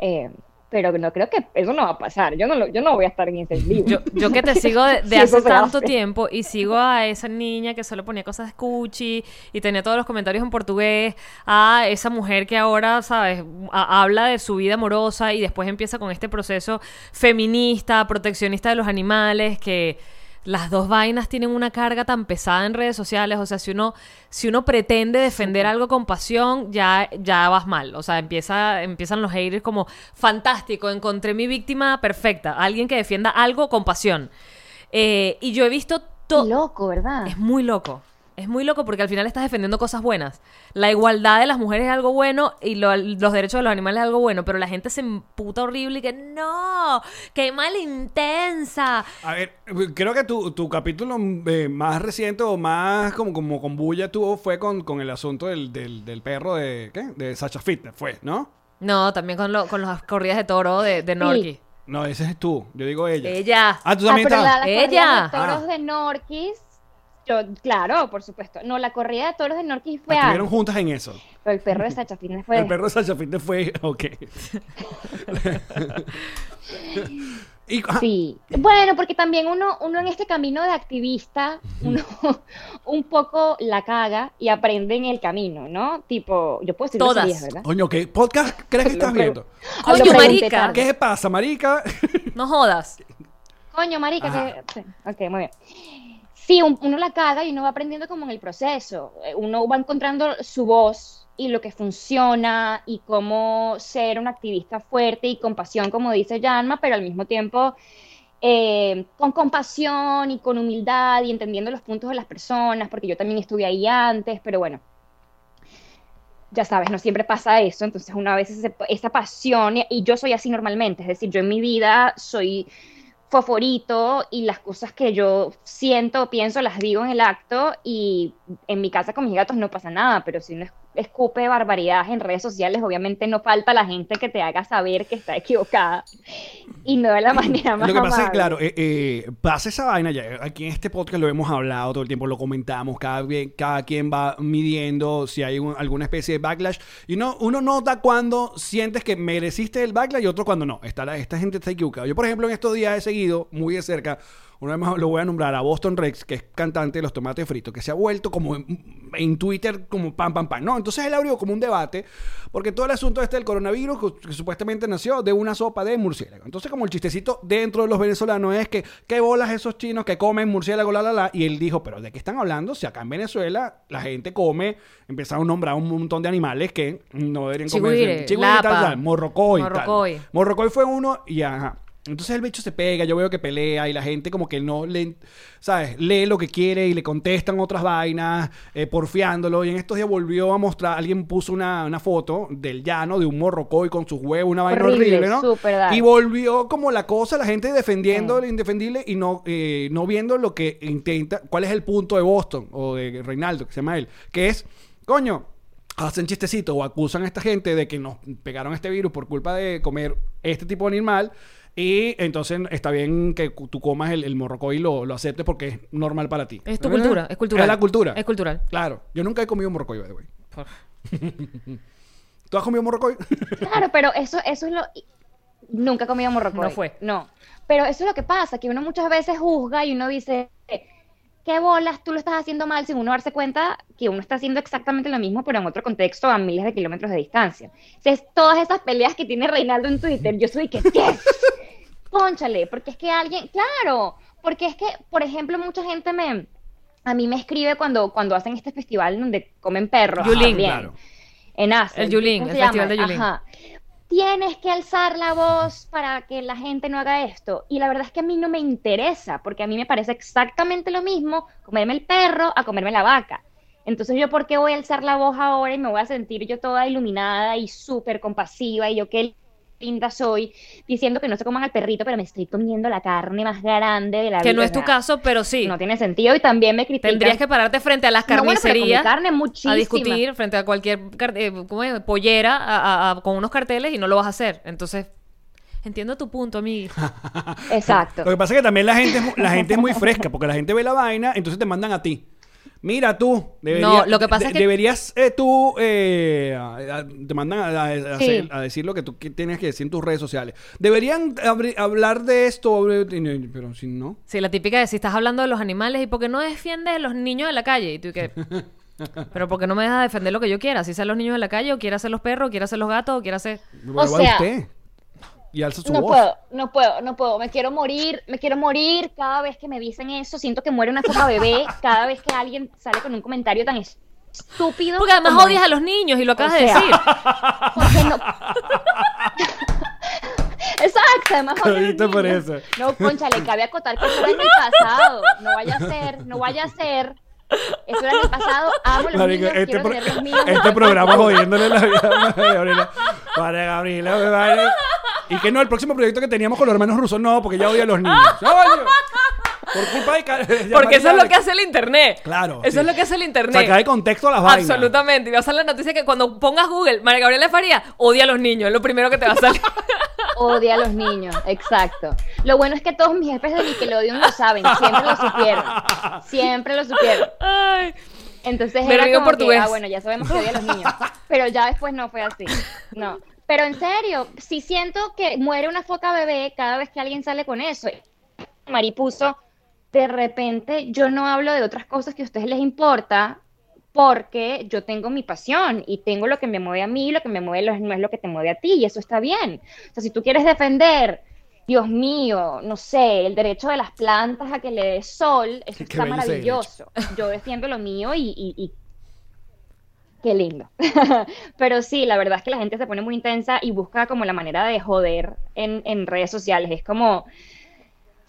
Eh, pero no creo que eso no va a pasar. Yo no, lo- yo no voy a estar en [LAUGHS] ese vivo. Yo, yo que te sigo de, de Sí, eso hace se tanto hace. tiempo y sigo a esa niña que solo ponía cosas cuchi y tenía todos los comentarios en portugués, a esa mujer que ahora, ¿sabes?, A- habla de su vida amorosa y después empieza con este proceso feminista, proteccionista de los animales, que las dos vainas tienen una carga tan pesada en redes sociales, o sea, si uno, si uno pretende defender algo con pasión, ya, ya vas mal, o sea, empieza, empiezan los haters como, fantástico, encontré mi víctima perfecta, alguien que defienda algo con pasión. Eh, y yo he visto Qué todo... loco, ¿verdad? Es muy loco. Es muy loco porque al final estás defendiendo cosas buenas. La igualdad de las mujeres es algo bueno y lo- los derechos de los animales es algo bueno, pero la gente se emputa horrible y que no, que mal intensa. A ver, creo que tu, tu capítulo eh, más reciente o más como, como con bulla tuvo fue con, con el asunto del, del, del perro de. ¿Qué? De Sacha Fitness, fue, ¿no? No, también con, lo- con las corridas de toro de, de Norky. No, ese es tú. Yo digo ella. Ella. Ah, tú Ah, también pero estabas. la, la Ella. corrida de toros Ah. de Norquis. Yo, claro, por supuesto. No, la corrida de toros de Norquis fue Estuvieron antes, juntas en eso. pero el perro de Sacha Fitness fue Ah, El perro de Sasha Fitness fue. [LAUGHS] [LAUGHS] Ok. y, ah, Sí. Bueno, porque también uno, uno en este camino de activista, uno [LAUGHS] un poco la caga y aprende en el camino, ¿no? Tipo, yo puedo decir Todas. groserías, ¿verdad? Coño, ¿qué podcast crees que estás Lo pre- viendo? Ah, lo Coño, pregunté marica. tarde. ¿Qué pasa, marica? No jodas. Coño, marica, Ajá. que... sí, Ok, muy bien. Sí, un- uno la caga y uno va aprendiendo como en el proceso. Eh, Uno va encontrando su voz y lo que funciona y cómo ser un activista fuerte y con pasión, como dice Yanma, pero al mismo tiempo eh, con compasión y con humildad y entendiendo los puntos de las personas, porque yo también estuve ahí antes, pero bueno, ya sabes, no siempre pasa eso, entonces una vez ese- esa pasión, y yo soy así normalmente, es decir, yo en mi vida soy foforito y las cosas que yo siento o pienso las digo en el acto y en mi casa con mis gatos no pasa nada, pero si uno es- escupe barbaridades en redes sociales, obviamente no falta la gente que te haga saber que está equivocada y no de la [LAUGHS] manera Lo más que pasa es, amable. claro, eh, eh, pasa esa vaina ya. Aquí en este podcast lo hemos hablado todo el tiempo, lo comentamos, cada, bien- cada quien va midiendo si hay un- alguna especie de backlash. Y uno, uno nota cuando sientes que mereciste el backlash y otro cuando no. Está la- esta gente está equivocada. Yo, por ejemplo, en estos días he seguido muy de cerca, una vez más lo voy a nombrar a Boston Rex, que es cantante de los tomates fritos, que se ha vuelto como en, en Twitter como pam, pam, pam. No, entonces él abrió como un debate, porque todo el asunto este del coronavirus, que, que supuestamente nació de una sopa de murciélago. Entonces, como el chistecito dentro de los venezolanos es que, ¿qué bolas esos chinos que comen murciélago, la, la, la? Y él dijo, ¿pero de qué están hablando? Si acá en Venezuela la gente come, empezaron a nombrar un montón de animales que no deberían Chigüire, comerse. Chigüire, lapa, tal, tal, morrocoy. tal. morrocoy. Morrocoy fue uno y ajá. Entonces el bicho se pega, yo veo que pelea y la gente como que no le, ¿sabes? Lee lo que quiere y le contestan otras vainas, eh, porfiándolo. Y en estos días volvió a mostrar, alguien puso una, una foto del llano, de un morrocoy con sus huevos, una vaina Horrible, horrible, ¿no? súper dark. Y volvió como la cosa, la gente defendiendo Sí. lo indefendible y no, eh, no viendo lo que intenta, cuál es el punto de Boston o de Reinaldo, que se llama él, que es, coño, hacen chistecitos o acusan a esta gente de que nos pegaron este virus por culpa de comer este tipo de animal. Y entonces está bien que cu- tú comas el, el morrocoy y lo, lo aceptes porque es normal para ti. Es tu cultura, es cultural. Es la Ah, cultura. Es cultural. Claro. Yo nunca he comido morrocoy, by the way. [LAUGHS] ¿Tú has comido morrocoy? Claro, pero eso, eso es lo. Nunca he comido morrocoy. No fue. No. Pero eso es lo que pasa, que uno muchas veces juzga y uno dice, qué bolas, tú lo estás haciendo mal, sin uno darse cuenta que uno está haciendo exactamente lo mismo, pero en otro contexto, a miles de kilómetros de distancia. O sea, es todas esas peleas que tiene Reinaldo en Twitter, yo soy que, ¿qué? Pónchale, porque es que alguien, claro, porque es que, por ejemplo, mucha gente me, a mí me escribe cuando, cuando hacen este festival donde comen perros. Yulín. también. [LAUGHS] Claro. En Asia. El Yulín, ¿Cómo el se festival llama? de Yulín. Ajá. Tienes que alzar la voz para que la gente no haga esto. Y la verdad es que a mí no me interesa, porque a mí me parece exactamente lo mismo comerme el perro a comerme la vaca. Entonces yo, ¿por qué voy a alzar la voz ahora y me voy a sentir yo toda iluminada y súper compasiva y yo qué linda soy diciendo que no se coman al perrito, pero me estoy comiendo la carne más grande de la vida? Que no es O tu sea, caso, pero sí. No tiene sentido y también me critican. Tendrías que pararte frente a las No, bueno, pero comí carnicerías carne a muchísima. discutir, frente a cualquier car- eh, ¿cómo es? pollera a- a- a- con unos carteles y no lo vas a hacer. Entonces, entiendo tu punto, amigo. [LAUGHS] Exacto. Lo que pasa es que también la gente, es mu- la gente es [LAUGHS] muy fresca, porque la gente ve la vaina, entonces te mandan a ti. Mira tú, deberías, No, lo que pasa es que- deberías eh, tú, eh, a- a- te mandan a, a- a Sí. hacer- a decir lo que tú que tienes que decir en tus redes sociales. Deberían abri- hablar de esto, abri- y no, pero si no. Sí, la típica de si estás hablando de los animales y porque no defiendes a los niños de la calle. Y tú que. Pero porque no me dejas defender lo que yo quiera, si sean los niños de la calle, o quiera ser los perros, o quiera ser los gatos, o quiera ser. pero va sea, usted y alza su No voz. puedo, no puedo, no puedo. Me quiero morir, me quiero morir. Cada vez que me dicen eso, siento que muere una [LAUGHS] foca bebé. Cada vez que alguien sale con un comentario tan estúpido. Porque además como- odias a los niños y lo acabas O de sea, decir. [LAUGHS] [LAUGHS] porque no- Exacto, además odio a los Ahorita por niños. eso. No, conchale, cabe acotar que eso era en el pasado. No vaya a ser, no vaya a ser. Eso era en el pasado. Amo los Marico, niños, este, quiero pro- tener los míos. este programa jodiéndole la vida a Gabriela. Para Gabriela, me vale. Y que no, el próximo proyecto que teníamos con los hermanos rusos, no, porque ya odia a los niños. ¡Coño! Por culpa [LAUGHS] de. Car- de Porque eso es lo Mariela. que hace el internet. Claro, Eso sí. es lo que hace el internet. Saca de contexto las vainas. Absolutamente. Y va a salir la noticia que cuando pongas Google, María Gabriela Faría odia a los niños. Es lo primero que te va a [LAUGHS] salir. Odia a los niños, exacto. Lo bueno es que todos mis jefes de Nickelodeon lo saben, siempre lo supieron. Siempre lo supieron. Ay. Entonces Me era río en como portugués. que, ah, bueno, ya sabemos que odia a los [LAUGHS] niños. Pero ya después no fue así. No. Pero en serio, sí siento que muere una foca bebé cada vez que alguien sale con eso. Mari puso, de repente yo no hablo de otras cosas que a ustedes les importa porque yo tengo mi pasión y tengo lo que me mueve a mí, lo que me mueve lo- no es lo que te mueve a ti y eso está bien. O sea, si tú quieres defender, Dios mío, no sé, el derecho de las plantas a que le dé sol, eso Qué está bello ese maravilloso. Yo defiendo lo mío y, y- y- qué lindo. [LAUGHS] Pero sí, la verdad es que la gente se pone muy intensa y busca como la manera de joder en, en redes sociales. Es como...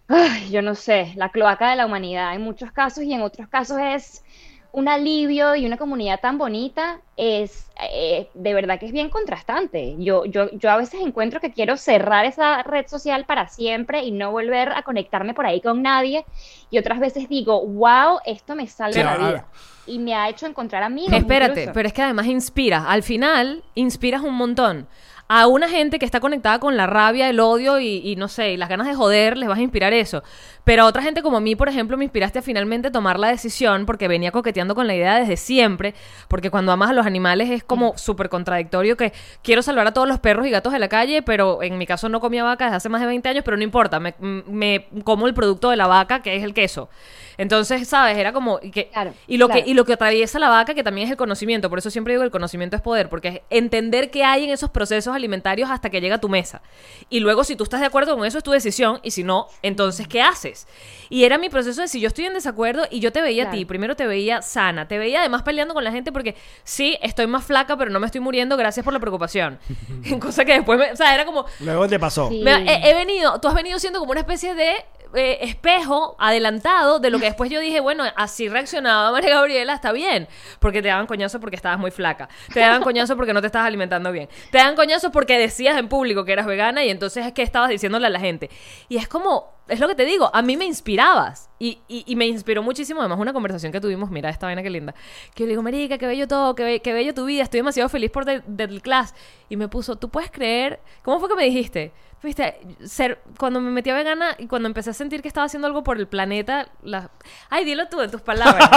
Ay, yo no sé, la cloaca de la humanidad en muchos casos y en otros casos es un alivio y una comunidad tan bonita, es eh, de verdad que es bien contrastante. Yo, yo, yo a veces encuentro que quiero cerrar esa red social para siempre y no volver a conectarme por ahí con nadie y otras veces digo, wow, esto me salva Sí, la a- a- vida y me ha hecho encontrar amigos. Espérate, incluso. pero es que además inspiras. Al final, inspiras un montón. A una gente que está conectada con la rabia, el odio y, y no sé, y las ganas de joder, les vas a inspirar eso. Pero a otra gente como a mí, por ejemplo, me inspiraste a finalmente tomar la decisión porque venía coqueteando con la idea desde siempre. Porque cuando amas a los animales es como súper contradictorio que quiero salvar a todos los perros y gatos de la calle, pero en mi caso no comía vaca desde hace más de 20 años, pero no importa, me, me como el producto de la vaca que es el queso. Entonces, ¿sabes? Era como que... Claro, y lo claro. que y lo que atraviesa la vaca, que también es el conocimiento, por eso siempre digo que el conocimiento es poder, porque es entender qué hay en esos procesos alimentarios hasta que llega a tu mesa. Y luego, si tú estás de acuerdo con eso, es tu decisión, y si no, entonces, ¿qué haces? Y era mi proceso de si yo estoy en desacuerdo y yo te veía a ti, Claro. primero te veía sana, te veía además peleando con la gente porque sí, estoy más flaca, pero no me estoy muriendo, gracias por la preocupación. [LAUGHS] Cosa que después, me- o sea, era como, [LAUGHS] Luego te pasó. Sí. me- he, he venido, tú has venido siendo como una especie de eh, espejo adelantado de lo que después yo dije, bueno, así reaccionaba María Gabriela, está bien, porque te daban coñazo porque estabas muy flaca, te daban coñazo porque no te estabas alimentando bien, te daban coñazo porque decías en público que eras vegana y entonces es que estabas diciéndole a la gente. Y es como, es lo que te digo, a mí me inspirabas y, y- y me inspiró muchísimo, además una conversación que tuvimos, mira esta vaina que linda, que yo le digo, Marica, qué bello todo, qué, be- qué bello tu vida, estoy demasiado feliz por del Class. Y me puso, ¿tú puedes creer? ¿Cómo fue que me dijiste? Viste, ser, cuando me metí a vegana y cuando empecé a sentir que [LAUGHS] estaba haciendo algo por el planeta, la... ay, dilo tú en tus palabras,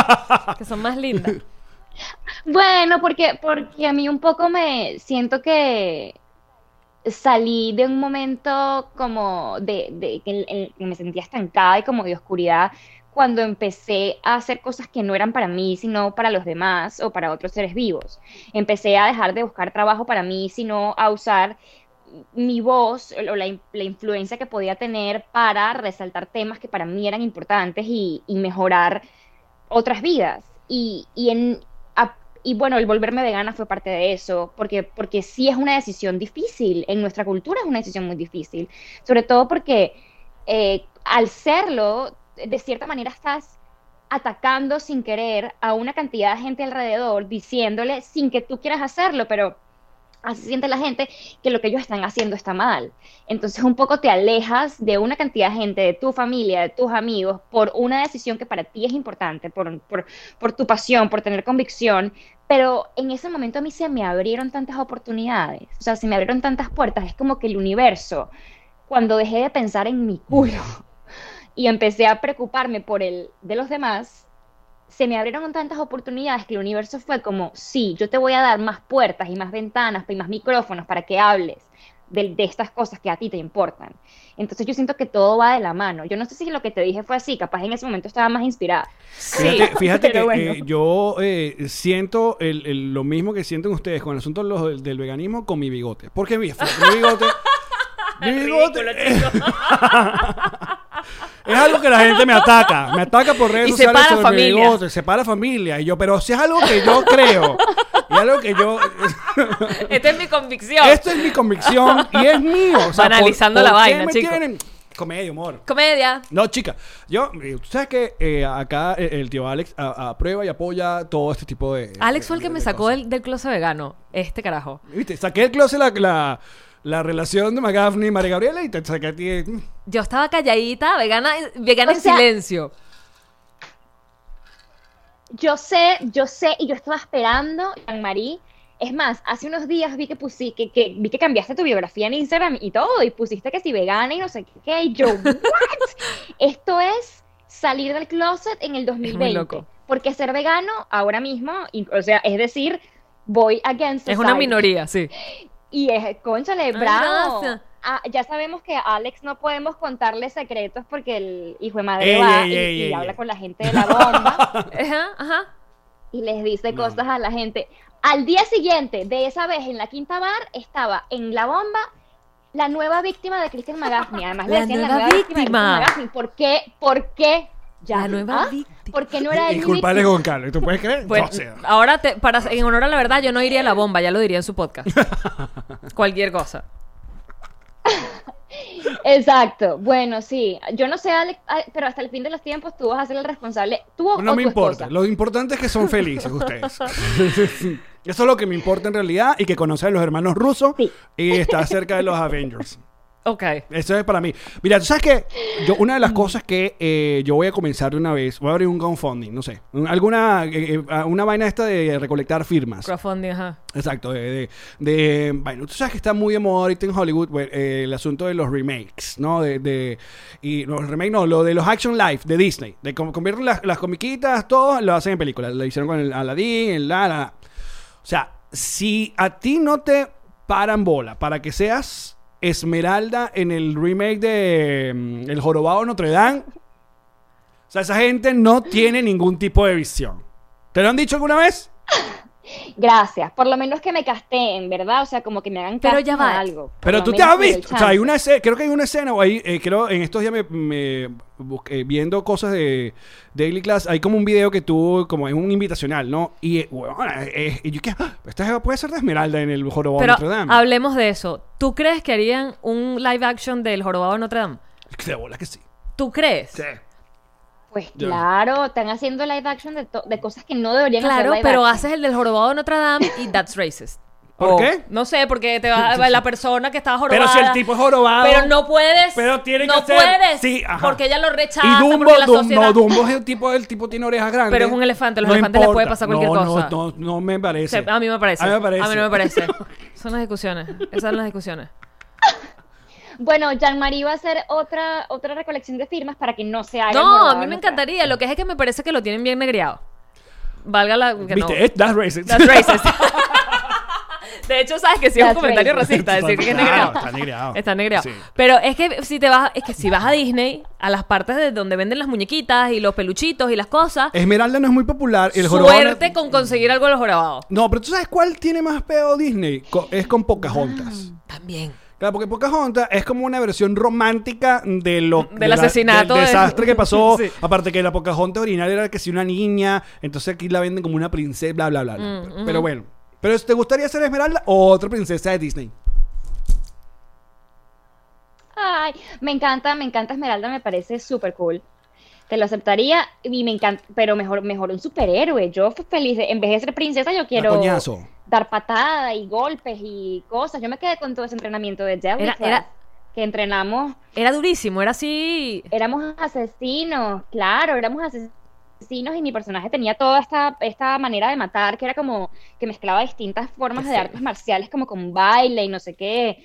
que son más lindas. Bueno, porque, porque a mí un poco me siento que salí de un momento como de, de que en- en- que me sentía estancada y como de oscuridad cuando empecé a hacer cosas que no eran para mí, sino para los demás o para otros seres vivos. Empecé a dejar de buscar trabajo para mí, sino a usar mi voz o la, in- la influencia que podía tener para resaltar temas que para mí eran importantes y, y mejorar otras vidas. Y, y en, a- y bueno, el volverme vegana fue parte de eso, porque, porque sí es una decisión difícil, en nuestra cultura es una decisión muy difícil, sobre todo porque eh, al serlo, de cierta manera estás atacando sin querer a una cantidad de gente alrededor, diciéndole sin que tú quieras hacerlo, pero así siente la gente que lo que ellos están haciendo está mal. Entonces un poco te alejas de una cantidad de gente, de tu familia, de tus amigos, por una decisión que para ti es importante, por, por, por tu pasión, por tener convicción, pero en ese momento a mí se me abrieron tantas oportunidades, o sea, se me abrieron tantas puertas, es como que el universo, cuando dejé de pensar en mi culo [LAUGHS] y empecé a preocuparme por el de los demás, se me abrieron tantas oportunidades que el universo fue como, sí, yo te voy a dar más puertas y más ventanas y más micrófonos para que hables de, de estas cosas que a ti te importan. Entonces yo siento que todo va de la mano. Yo no sé si lo que te dije fue así, capaz en ese momento estaba más inspirada. Fíjate, fíjate que pero bueno. eh, yo eh, siento el- el- lo mismo que sienten ustedes con el asunto de los- del, del veganismo con mi bigote. Porque mi, mi [LAUGHS] bigote. mi bigote. es [LAUGHS] algo que la gente me ataca. Me ataca por redes Y sociales separa sobre mi familias. bigote. Separa familia. Y yo, pero si es algo que yo creo. Y algo que yo. Esta es mi convicción. Esto es mi convicción y es mío. O sea, ¿por- Banalizando por la qué vaina, me chico. tienen- Comedia, humor. Comedia. No, chica, yo, eh, tú sabes que eh, acá eh, el, tío Alex a- aprueba y apoya todo este tipo de. Alex de- fue el que de- me de sacó cosas. del, del closet vegano. Este carajo. Viste, saqué el closet la, la, la relación de McGaffney y María Gabriela y te saqué a ti. mm. Yo estaba calladita, vegana, vegana O en sea- silencio. Yo sé, yo sé, y yo estaba esperando, Jean-Marie. Es más, hace unos días vi que pusi- que, que vi que cambiaste tu biografía en Instagram y todo, y pusiste que si vegana y no sé qué, y yo, ¿what? Esto es salir del closet en el 2020. loco. Porque ser vegano ahora mismo, y- o sea, es decir, voy against Es una society. minoría, [LAUGHS] sí. Y es, cónchale, bravo. gracias. Ah, ya sabemos que a Alex no podemos contarle secretos porque el hijo de madre Ey, va ey, y, ey, y ey, habla ey. con la gente de la bomba Ajá, ajá. y les dice cosas a la gente. Al día siguiente de esa vez en la quinta bar estaba en la bomba la nueva víctima de Christian [LAUGHS] Magafni. Además le La decían la nueva nueva víctima, de víctima. Christian Magafni. ¿Por qué? ¿Por qué? Ya, La nueva ¿ah? víctima. ¿Por qué no era Y él culpa a Alex víctima? Goncalves, ¿tú puedes creer? Pues, o sea, ahora, te- para, en honor a la verdad, yo no iría a la bomba, ya lo diría en [LAUGHS] su podcast. Cualquier cosa. Exacto. Bueno, sí. Yo no sé, Alex, ah, pero hasta el fin de los tiempos tú vas a ser el responsable. Tú o, no o me tu importa. esposa. Lo importante es que son felices [LAUGHS] ustedes. Eso es lo que me importa en realidad y que conocer a los hermanos rusos Sí. y estar cerca de los Avengers. Ok. Eso es para mí. Mira, tú sabes que yo, una de las cosas que eh, yo voy a comenzar de una vez, voy a abrir un GoFundMe, no sé, un- alguna eh, eh, ah, una vaina esta de recolectar firmas. Crowdfunding, ajá. Exacto, de, de, de- bueno, tú sabes que está muy de moda ahorita en Hollywood bueno, eh, el asunto de los remakes, ¿no? De, de- y no, los remakes no, lo de los action life de Disney, de cómo convierten las, las comiquitas, todo lo hacen en películas, lo hicieron con el Aladdin, el la, la, la. O sea, si a ti no te paran bola para que seas Esmeralda en el remake de mm, El Jorobado de Notre Dame, o sea, esa gente no tiene ningún tipo de visión. ¿Te lo han dicho alguna vez? Gracias. Por lo menos que me casteen, ¿verdad? O sea, como que me hagan Pero ya casting a va. algo. Por Pero lo tú te menos has me dé el visto. O sea, hay chance. una escena, creo que hay una escena, o hay, eh, creo en estos días me, me busqué- viendo cosas de Daily Class, hay como un video que tú, como es un invitacional, ¿no? Y, eh, huevona, eh, y yo que, "Ah, esta jeva puede ser de Esmeralda en el Jorobado de Pero Notre Dame. hablemos de eso. ¿Tú crees que harían un live action del Jorobado de Notre Dame? De bola que sí. ¿Tú crees? Pues Ya. claro, están haciendo live action de, to- de cosas que no deberían hacer Claro, live pero action. haces el del Jorobado de Notre Dame y that's racist. ¿Por qué? No sé, porque te [LAUGHS] va la persona que estaba Pero jorobada. si el tipo es jorobado. Pero no puedes. Pero tiene no que ser. puedes. Sí, ajá. Porque ella lo rechaza. Y Dumbo, porque la Dum- sociedad... no, Dumbo es el tipo, el tipo tiene orejas grandes. Pero es un elefante, los elefantes les importa. puede pasar cualquier No, no, cosa. No, no, me O sea, parece. a mí me parece. A mí me parece. A mí no [LAUGHS] me parece. Son las discusiones. Esas son las discusiones. Bueno, Jean-Marie va a hacer otra, otra recolección de firmas para que no se haga. el No, jorobado a mí de me Notre Dame. encantaría. Lo que es que me parece que lo tienen bien negriado. valga la... que no. ¿Viste? Eh, That's racist. [LAUGHS] That's racist. [LAUGHS] De hecho, sabes que sí es un That's comentario racist. racista decir que es Claro, negreado. Está negreado. Está negreado. Sí. Pero es que si te vas, es que si vas a Disney, a las partes de donde venden las muñequitas y los peluchitos y las cosas, Esmeralda no es muy popular. El jorobado no- suerte con conseguir algo de los jorobados. No, pero tú sabes cuál tiene más pedo Disney. Co- es con Pocahontas. Ah. También. Claro, porque Pocahontas es como una versión romántica de lo Del de la- asesinato del de- desastre que pasó. [LAUGHS] Sí. Aparte que la Pocahontas original era que si una niña, entonces aquí la venden como una princesa, bla bla bla. bla. Mm, Pero- Pero bueno, pero ¿te gustaría ser Esmeralda o otra princesa de Disney? Ay, me encanta, me encanta Esmeralda, me parece súper cool. Te lo aceptaría y me encanta, pero mejor, mejor un superhéroe. Yo fui feliz, de- en vez de ser princesa, yo quiero coñazo. dar patada y golpes y cosas. Yo me quedé con todo ese entrenamiento de Jelly Era- Class, era- que entrenamos, Era durísimo, era así. éramos asesinos, claro, éramos asesinos y mi personaje tenía toda esta, esta manera de matar, que era como que mezclaba distintas formas de artes marciales, como con baile y no sé qué.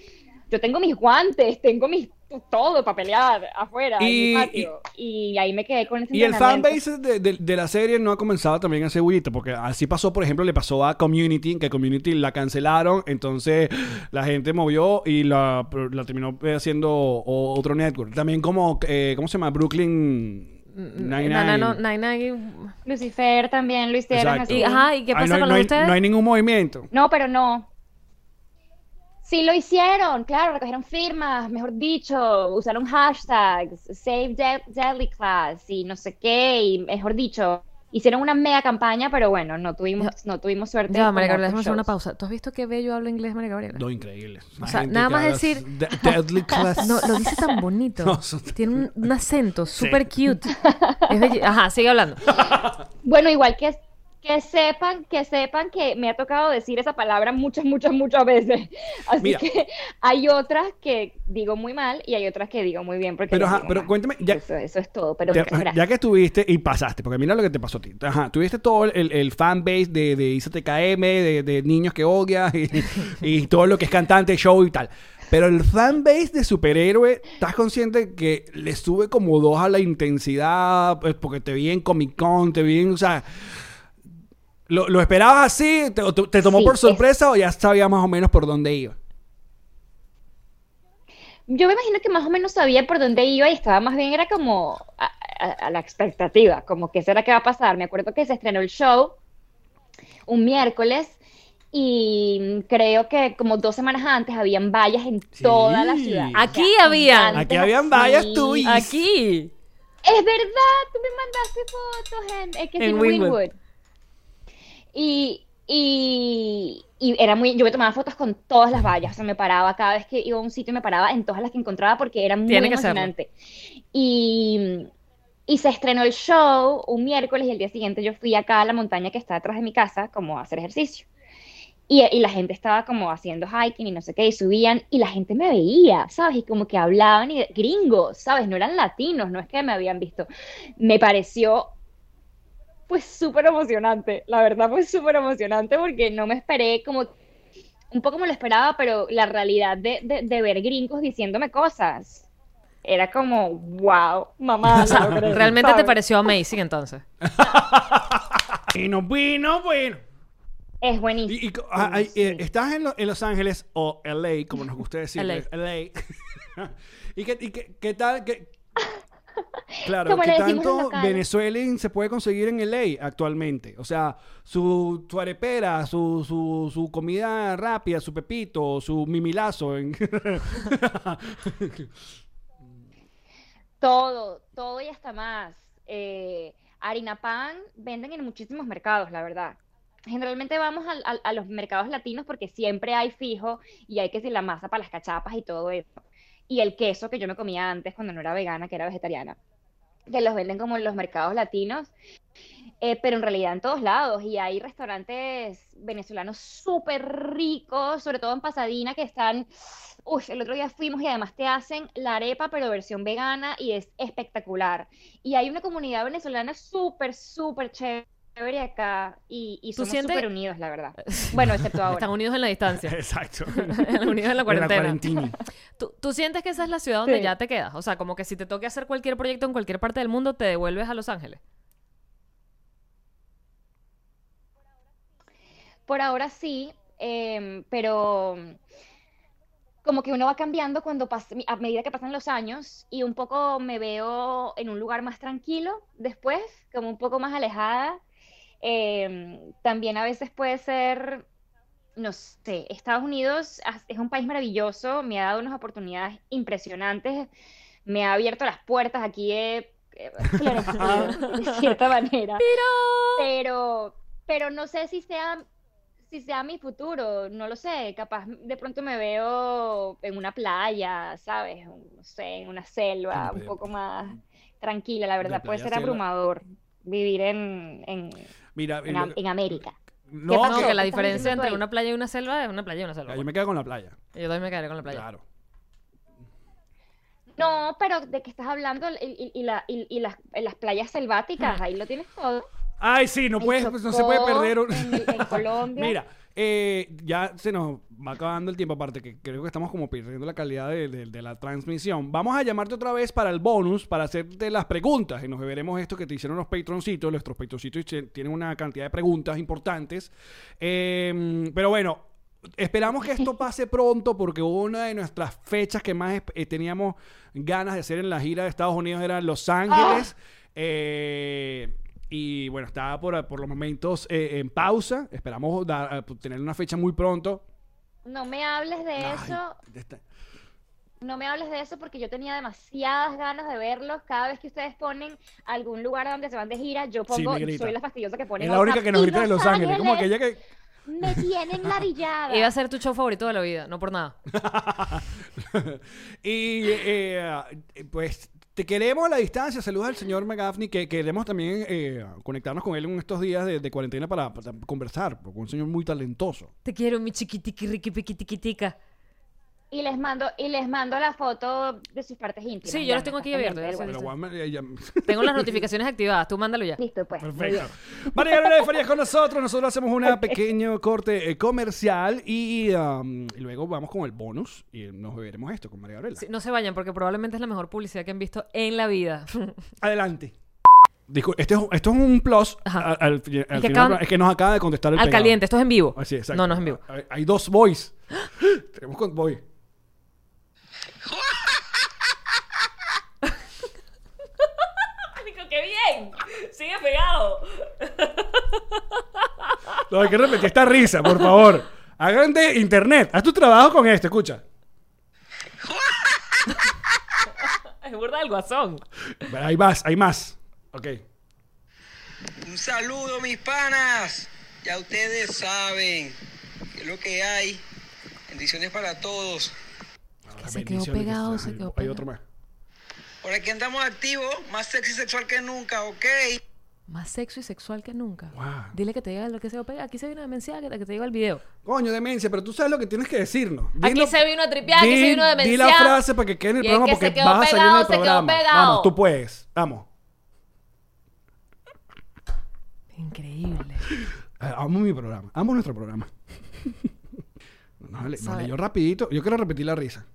Yo tengo mis guantes, tengo mis todo para pelear afuera en Y- mi patio. Y, ahí me quedé con ese Y el entrenamiento. fanbase de, de- de la serie no ha comenzado también a hacer bullita, porque así pasó, por ejemplo, le pasó a Community, que Community la cancelaron, entonces la gente movió y la, la terminó eh, haciendo o- otro network. También como, eh, ¿cómo se llama? Brooklyn Nine-Nine. Na- na- no, Nine-Nine. Lucifer también lo hicieron Exacto. así. Y, ajá, ¿y qué Ay, pasa no hay- con no los de hay- ustedes? No hay ningún movimiento. No, pero no. Sí lo hicieron, claro, recogieron firmas, mejor dicho, usaron hashtags, Save Je- Jelly Class y no sé qué, y mejor dicho, hicieron una mega campaña, pero bueno, no tuvimos, no tuvimos suerte Ya, con María Gabriela, otros déjame hacer una shows. pausa. ¿Tú has visto qué bello habla inglés, María Gabriela? No, increíble. La sea, gente nada que más habla decir- de- Deadly Class. [LAUGHS] No, lo dice tan [LAUGHS] bonito. No, son- Tiene un, un acento súper cute. [LAUGHS] Es belli- Ajá, sigue hablando. Bueno, igual que, que sepan, que sepan que me ha tocado decir esa palabra muchas, muchas, muchas veces. [LAUGHS] Así Mira. que hay otras que digo muy mal y hay otras que digo muy bien porque Pero, las ajá, digo pero mal. cuéntame, ya- Eso, eso es todo, pero Ya- gracias. ya que estuviste y pasaste, porque mira lo que te pasó a ti. Ajá, tuviste todo el, el fanbase de, de IZTKM, de, de niños que odias y, y todo lo que es cantante, show y tal. Pero el fanbase de superhéroe, ¿estás consciente que le sube como dos a la intensidad? Pues, porque te vi en Comic Con, te vi en. O sea. ¿Lo, lo esperabas así? ¿Te, o te- te tomó Sí, por es- sorpresa o ya sabías más o menos por dónde iba? Yo me imagino que más o menos sabía por dónde iba y estaba más bien, era como a, a- a la expectativa, como qué será que va a pasar. Me acuerdo que se estrenó el show un miércoles y creo que como dos semanas antes habían vallas en Sí. toda la ciudad. O Aquí sea, habían. gigantes Aquí habían vallas, tú y- Aquí. es verdad, tú me mandaste fotos en, eh, que En sí, en Wynwood. Wynwood. Y, y, y era muy, yo me tomaba fotos con todas las vallas, o sea, me paraba cada vez que iba a un sitio, me paraba en todas las que encontraba porque era muy Tiene que hacerlo. emocionante. Y, y se estrenó el show un miércoles y el día siguiente yo fui acá a la montaña que está atrás de mi casa como a hacer ejercicio. Y, y la gente estaba como haciendo hiking y no sé qué, y subían, y la gente me veía, ¿sabes? Y como que hablaban y gringos, ¿sabes? No eran latinos, no es que me habían visto. Me pareció, pues, súper emocionante. La verdad fue súper emocionante porque no me esperé como, un poco me lo esperaba, pero la realidad de, de, de ver gringos diciéndome cosas era como, wow, mamá, [LAUGHS] no lo creo", Realmente te ¿sabes? pareció amazing entonces. [LAUGHS] Bueno, bueno, bueno. Es buenísimo. Y, y co- ah, ay, eh, sí. estás en, lo- en Los Ángeles o LA, como nos gusta decir. LA. LA. [LAUGHS] ¿Y qué, y qué- qué tal? qué- [LAUGHS] claro, Como ¿qué le decimos tanto acá, ¿no? Venezuelan se puede conseguir en LA actualmente? O sea, su, su arepera, su, su, su comida rápida, su pepito, su mimilazo. en- [LAUGHS] Todo, todo y hasta más. Eh, harina pan venden en muchísimos mercados, la verdad. Generalmente vamos al- al- a, los mercados latinos porque siempre hay fijo y hay que decir la masa para las cachapas y todo eso. Y el queso que yo me comía antes cuando no era vegana, que era vegetariana, que los venden como en los mercados latinos, eh, pero en realidad en todos lados. Y hay restaurantes venezolanos súper ricos, sobre todo en Pasadena, que están Uy, el otro día fuimos y además te hacen la arepa, pero versión vegana y es espectacular. Y hay una comunidad venezolana súper, súper chévere acá y, y ¿Tú somos sientes- súper unidos, [LAUGHS] la verdad. Bueno, excepto ahora. Están unidos en la [LAUGHS] distancia. Exacto. Unidos en la En cuarentena. la cuarentini. ¿Tú, tú sientes que esa es la ciudad donde Sí. ya te quedas? O sea, como que si te toque hacer cualquier proyecto en cualquier parte del mundo, te devuelves a Los Ángeles. por ahora sí, em, pero como que uno va cambiando cuando pas- a medida que pasan los años y un poco me veo en un lugar más tranquilo después, como un poco más alejada. Em, también a veces puede ser, no sé, Estados Unidos ha- es un país maravilloso, me ha dado unas oportunidades impresionantes, me ha abierto las puertas, aquí he he florecido de cierta manera. Pero, pero no sé si sea, si sea mi futuro, no lo sé. Capaz de pronto me veo en una playa, ¿sabes? Un- No sé, en una selva, Bueno, un pero- poco más tranquila. La verdad puede playa a ser selva. abrumador vivir en, en, Mira, en, lo Am- que- en América. no, ¿Qué No, pasó? que la ¿Qué estás diferencia diciendo entre ahí? una playa y una selva es una playa y una selva. Ah, yo me quedo con la playa. Yo también me quedaré con la playa. Claro. No, pero de qué estás hablando y, y- y la- y- y las, las playas selváticas, ahí lo tienes todo. Ay, sí, no, En puedes, pues, no se puede Chocó, perder un... [LAUGHS] en- en Colombia. Mira, eh, ya se nos va acabando el tiempo, aparte que creo que estamos como perdiendo la calidad de, de- de la transmisión. Vamos a llamarte otra vez para el bonus, para hacerte las preguntas. Y nos veremos esto que te hicieron los patroncitos. Nuestros patroncitos che- tienen una cantidad de preguntas importantes. Eh, pero bueno. Esperamos que esto pase pronto porque una de nuestras fechas que más eh, teníamos ganas de hacer en la gira de Estados Unidos era Los Ángeles. Eh, y bueno, está por, por los momentos eh, en pausa. Esperamos dar- eh, pues, tener una fecha muy pronto. No me hables de Ay, eso, ya está. no me hables de eso porque yo tenía demasiadas ganas de verlos. Cada vez que ustedes ponen algún lugar donde se van de gira, yo Sí, me pongo, grita. soy la fastidiosa que pone Es la única que nos grita de Los Ángeles. Como aquella que. [LAUGHS] Me tienen ladillada. Iba a ser tu show favorito de la vida, no por [LAUGHS] nada. [LAUGHS] y eh, eh, pues te queremos a la distancia. Saludos al señor McGaffney, que queremos también eh, conectarnos con él en estos días de, de cuarentena para, para conversar, porque es un señor muy talentoso. Te quiero, mi chiquitiqui, riqui, piquitiquitica. Y les mando, y les mando la foto de sus partes íntimas. Sí, yo Ya, los no tengo aquí estás abiertos, pendiente ya del Pero sí. Juanma, eh, ya- [LAUGHS] Tengo las notificaciones activadas, tú mándalo ya. WhatsApp. Listo, pues. muy Perfecto. bien. María Gabriela Farías con nosotros. Nosotros hacemos un pequeño corte eh, comercial y, um, y luego vamos con el bonus y nos veremos esto con María Gabriela. Sí, no se vayan porque probablemente es la mejor publicidad que han visto en la vida. Adelante. Discul- este es un- esto es un plus. Ajá. a- al fi- al final del que programa. acaban- es que nos acaba de contestar el Al pegado. caliente, esto es en vivo. Así, exacto. Ah, No, no es en vivo. Hay, hay dos boys. [GASPS] Tenemos con boy. ¡Qué bien! ¡Sigue pegado! No, hay que repetir esta risa, por favor. Hagan de internet. Haz tu trabajo con esto, escucha. Es burda del guasón. Pero hay más, hay más. Ok. Un saludo, mis panas. Ya ustedes saben que es lo que hay. Bendiciones para todos. Ahora, se quedó bendiciones, pegado, que- se hay- quedó Hay pegado. otro más. Por aquí andamos activos, más sexy sexual que nunca, ¿ok? Más sexo y sexual que nunca. Wow. Dile que te diga lo que se va a pegar. Aquí se vino una demencia, que que te diga el video. Coño, demencia, pero tú sabes lo que tienes que decirnos. Aquí se vino a tripear, aquí se vino a Di demenciar. la frase para que quede en el Y es programa que porque se quedó vas a salir en el pegado, se quedó programa. pegado. Vamos, tú puedes. Vamos. Increíble. Eh, Amo mi programa. Amo nuestro [LAUGHS] programa. No, le, no, Sabe- leyó rapidito. Yo quiero repetir la risa.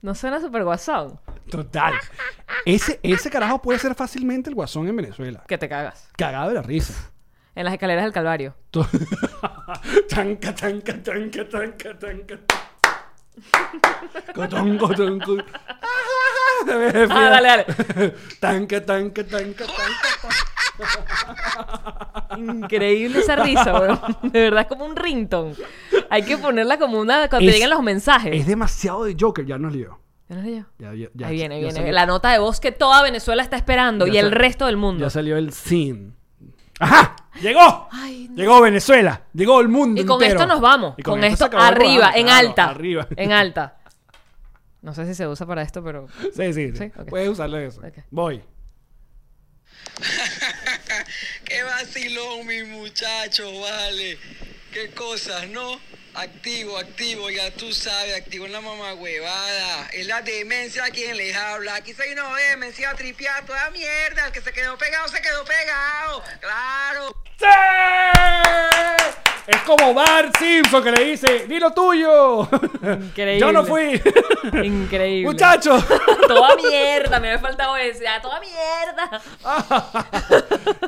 No suena súper guasón. Total. Ese, ese carajo puede ser fácilmente el guasón en Venezuela. Que te cagas. Cagado de la risa. En las escaleras del Calvario. [LAUGHS] To- tanca, tanca, tanca, tanca, tanca. Cotón, cotón, cotón. Ah, dale, dale. [LAUGHS] Tanca, tanca, tanca, tanca. Increíble esa risa, weón. De verdad es como un ringtone. Hay que ponerla como una cuando Es- te lleguen los mensajes. Es demasiado de Joker, ya nos lió. ¿Ya no llegó? Ya, ya, ya- ahí viene, ahí ya viene. salió- La nota de voz que toda Venezuela está esperando Ya y el sal- resto del mundo. Ya salió el sin. ¡Ajá! ¡Llegó! Llegó Venezuela. Llegó el mundo. Y con entero. esto nos vamos. Y con esto se esto, acabó el arriba, programa, en claro, alta. Arriba. En alta. No sé si se usa para esto, pero. [LAUGHS] Sí, sí. sí. Sí, ok. Puedes usarlo eso. Ok. Voy. Qué vacilón, mis muchachos, vale. Qué cosas, ¿no? Activo, activo, ya tú sabes, activo en la mamá huevada. Es la demencia quien les habla. Aquí se vino demencia a tripear toda mierda. El que se quedó pegado, se quedó pegado. Claro. ¡Sí! Es como Bart Simpson que le dice, di lo tuyo. Increíble. Yo no fui. Increíble. Muchachos. Toda mierda, me había faltado ese. Ah, toda mierda. [LAUGHS]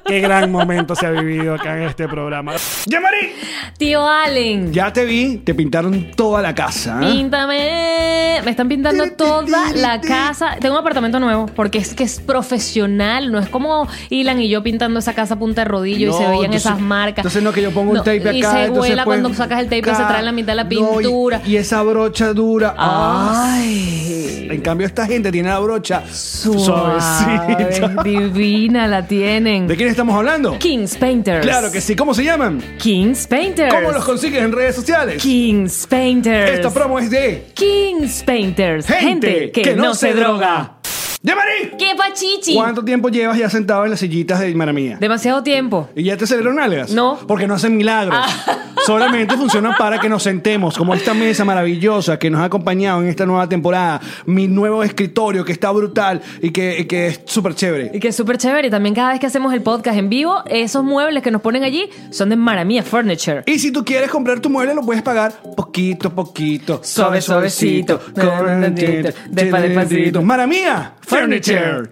Qué gran momento se ha vivido acá en este programa. ¡Yamari! Tío Allen. Ya te vi, te pintaron toda la casa. ¿eh? Píntame. Me están pintando toda la casa. Tengo un apartamento nuevo porque es que es profesional. No es como Ilan y yo pintando esa casa a punta de rodillo No, y se veían entonces- esas marcas. Entonces no que yo pongo un No, tape acá. Y se entonces, huela pues, cuando sacas el tape y se acá. trae la mitad de la No, y- pintura. y, esa brocha dura. Ah, Ay. En cambio esta gente tiene la brocha Suave, suavecita. Divina la tienen. ¿De quién estamos hablando? Kings Painters. Claro que sí. ¿Cómo se llaman? Kings Painters. ¿Cómo los consigues en redes sociales? Kings Painters. Esta promo es de Kings Painters. gente, que, no, se droga. ¡Yamari! ¡Qué pachichi! ¿Cuánto tiempo llevas ya sentado en las sillitas de Maramía? Demasiado tiempo. ¿Y ya te salieron algas? No. Ah. Porque no hacen milagros. [LAUGHS] Solamente funcionan para que nos sentemos, como esta mesa maravillosa que nos ha acompañado en esta nueva temporada. Mi nuevo escritorio que está brutal y que, y que es súper chévere. Y que es súper chévere. Y también cada vez que hacemos el podcast en vivo, esos muebles que nos ponen allí son de Maramia Furniture. Y si tú quieres comprar tu mueble, lo puedes pagar poquito a poquito. Suave, suavecito, despa- despacito. Mara mía, furniture.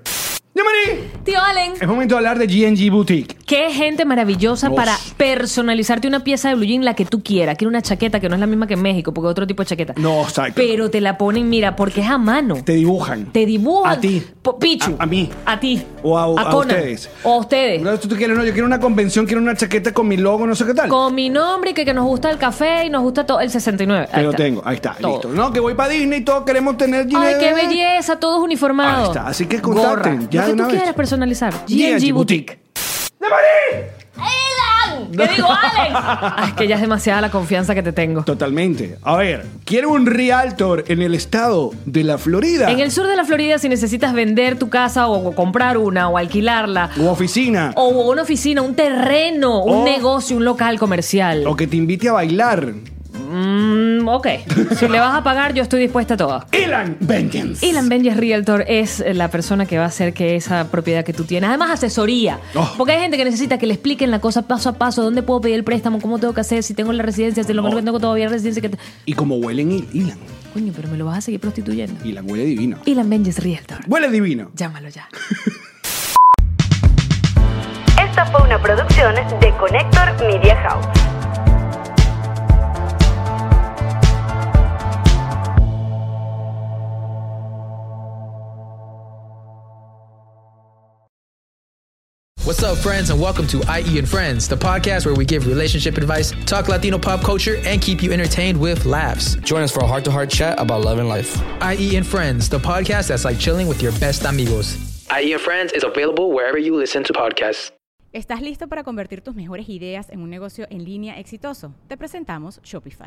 Yamari, Tío Allen. es momento de hablar de GNG Boutique. Qué gente maravillosa Dos. para personalizarte una pieza de blue jean la que tú quieras. Quiero una chaqueta que no es la misma que en México, porque es otro tipo de chaqueta. No, exacto. Pero te la ponen, mira, porque es a mano. Te dibujan. Te dibujan. A ti. Po- Pichu. A- a mí. A ti. O a- a Conan. ustedes. O a ustedes. No, tú, tú quieres, no, yo quiero una convención, quiero una chaqueta con mi logo, no sé qué tal. Con mi nombre y que, que nos gusta el café y nos gusta todo el 69. Ahí Te lo está. tengo, ahí está, Todo. listo. No, que voy para Disney y todos queremos tener Ay, dinero. qué belleza, todos uniformados. Ahí está, así que contacten, Gorra. ya Lo de que tú una vez. quieras personalizar. G&G G&G Boutique. ¡Elan! ¿Qué digo, Alex? Ay, es que ya es demasiada la confianza que te tengo. Totalmente. A ver, quiero un realtor en el estado de la Florida. En el sur de la Florida, si necesitas vender tu casa o comprar una o alquilarla U oficina. o una oficina, un terreno, un O- negocio, un local comercial. O que te invite a bailar. Mm, ok. si le vas a pagar, yo estoy dispuesta a todo. Elan Vengeance. Elan Benjes Realtor es eh, la persona que va a hacer que esa propiedad que tú tienes, además asesoría, Oh. porque hay gente que necesita que le expliquen la cosa paso a paso, dónde puedo pedir el préstamo, cómo tengo que hacer, si tengo la residencia, si lo Oh. que no tengo todavía residencia. Que te- Y como huelen Il- Elan. Coño, pero me lo vas a seguir prostituyendo. Elan huele divino. Elan Benjes Realtor. Huele divino. Llámalo ya. Esta fue una producción de Connector Media House. What's up, friends, and welcome to IE and Friends, the podcast where we give relationship advice, talk Latino pop culture, and keep you entertained with laughs. Join us for a heart to heart chat about love and life. IE and Friends, the podcast that's like chilling with your best amigos. IE E and Friends is available wherever you listen to podcasts. ¿Estás listo para convertir tus mejores ideas en un negocio en línea exitoso? Te presentamos Shopify.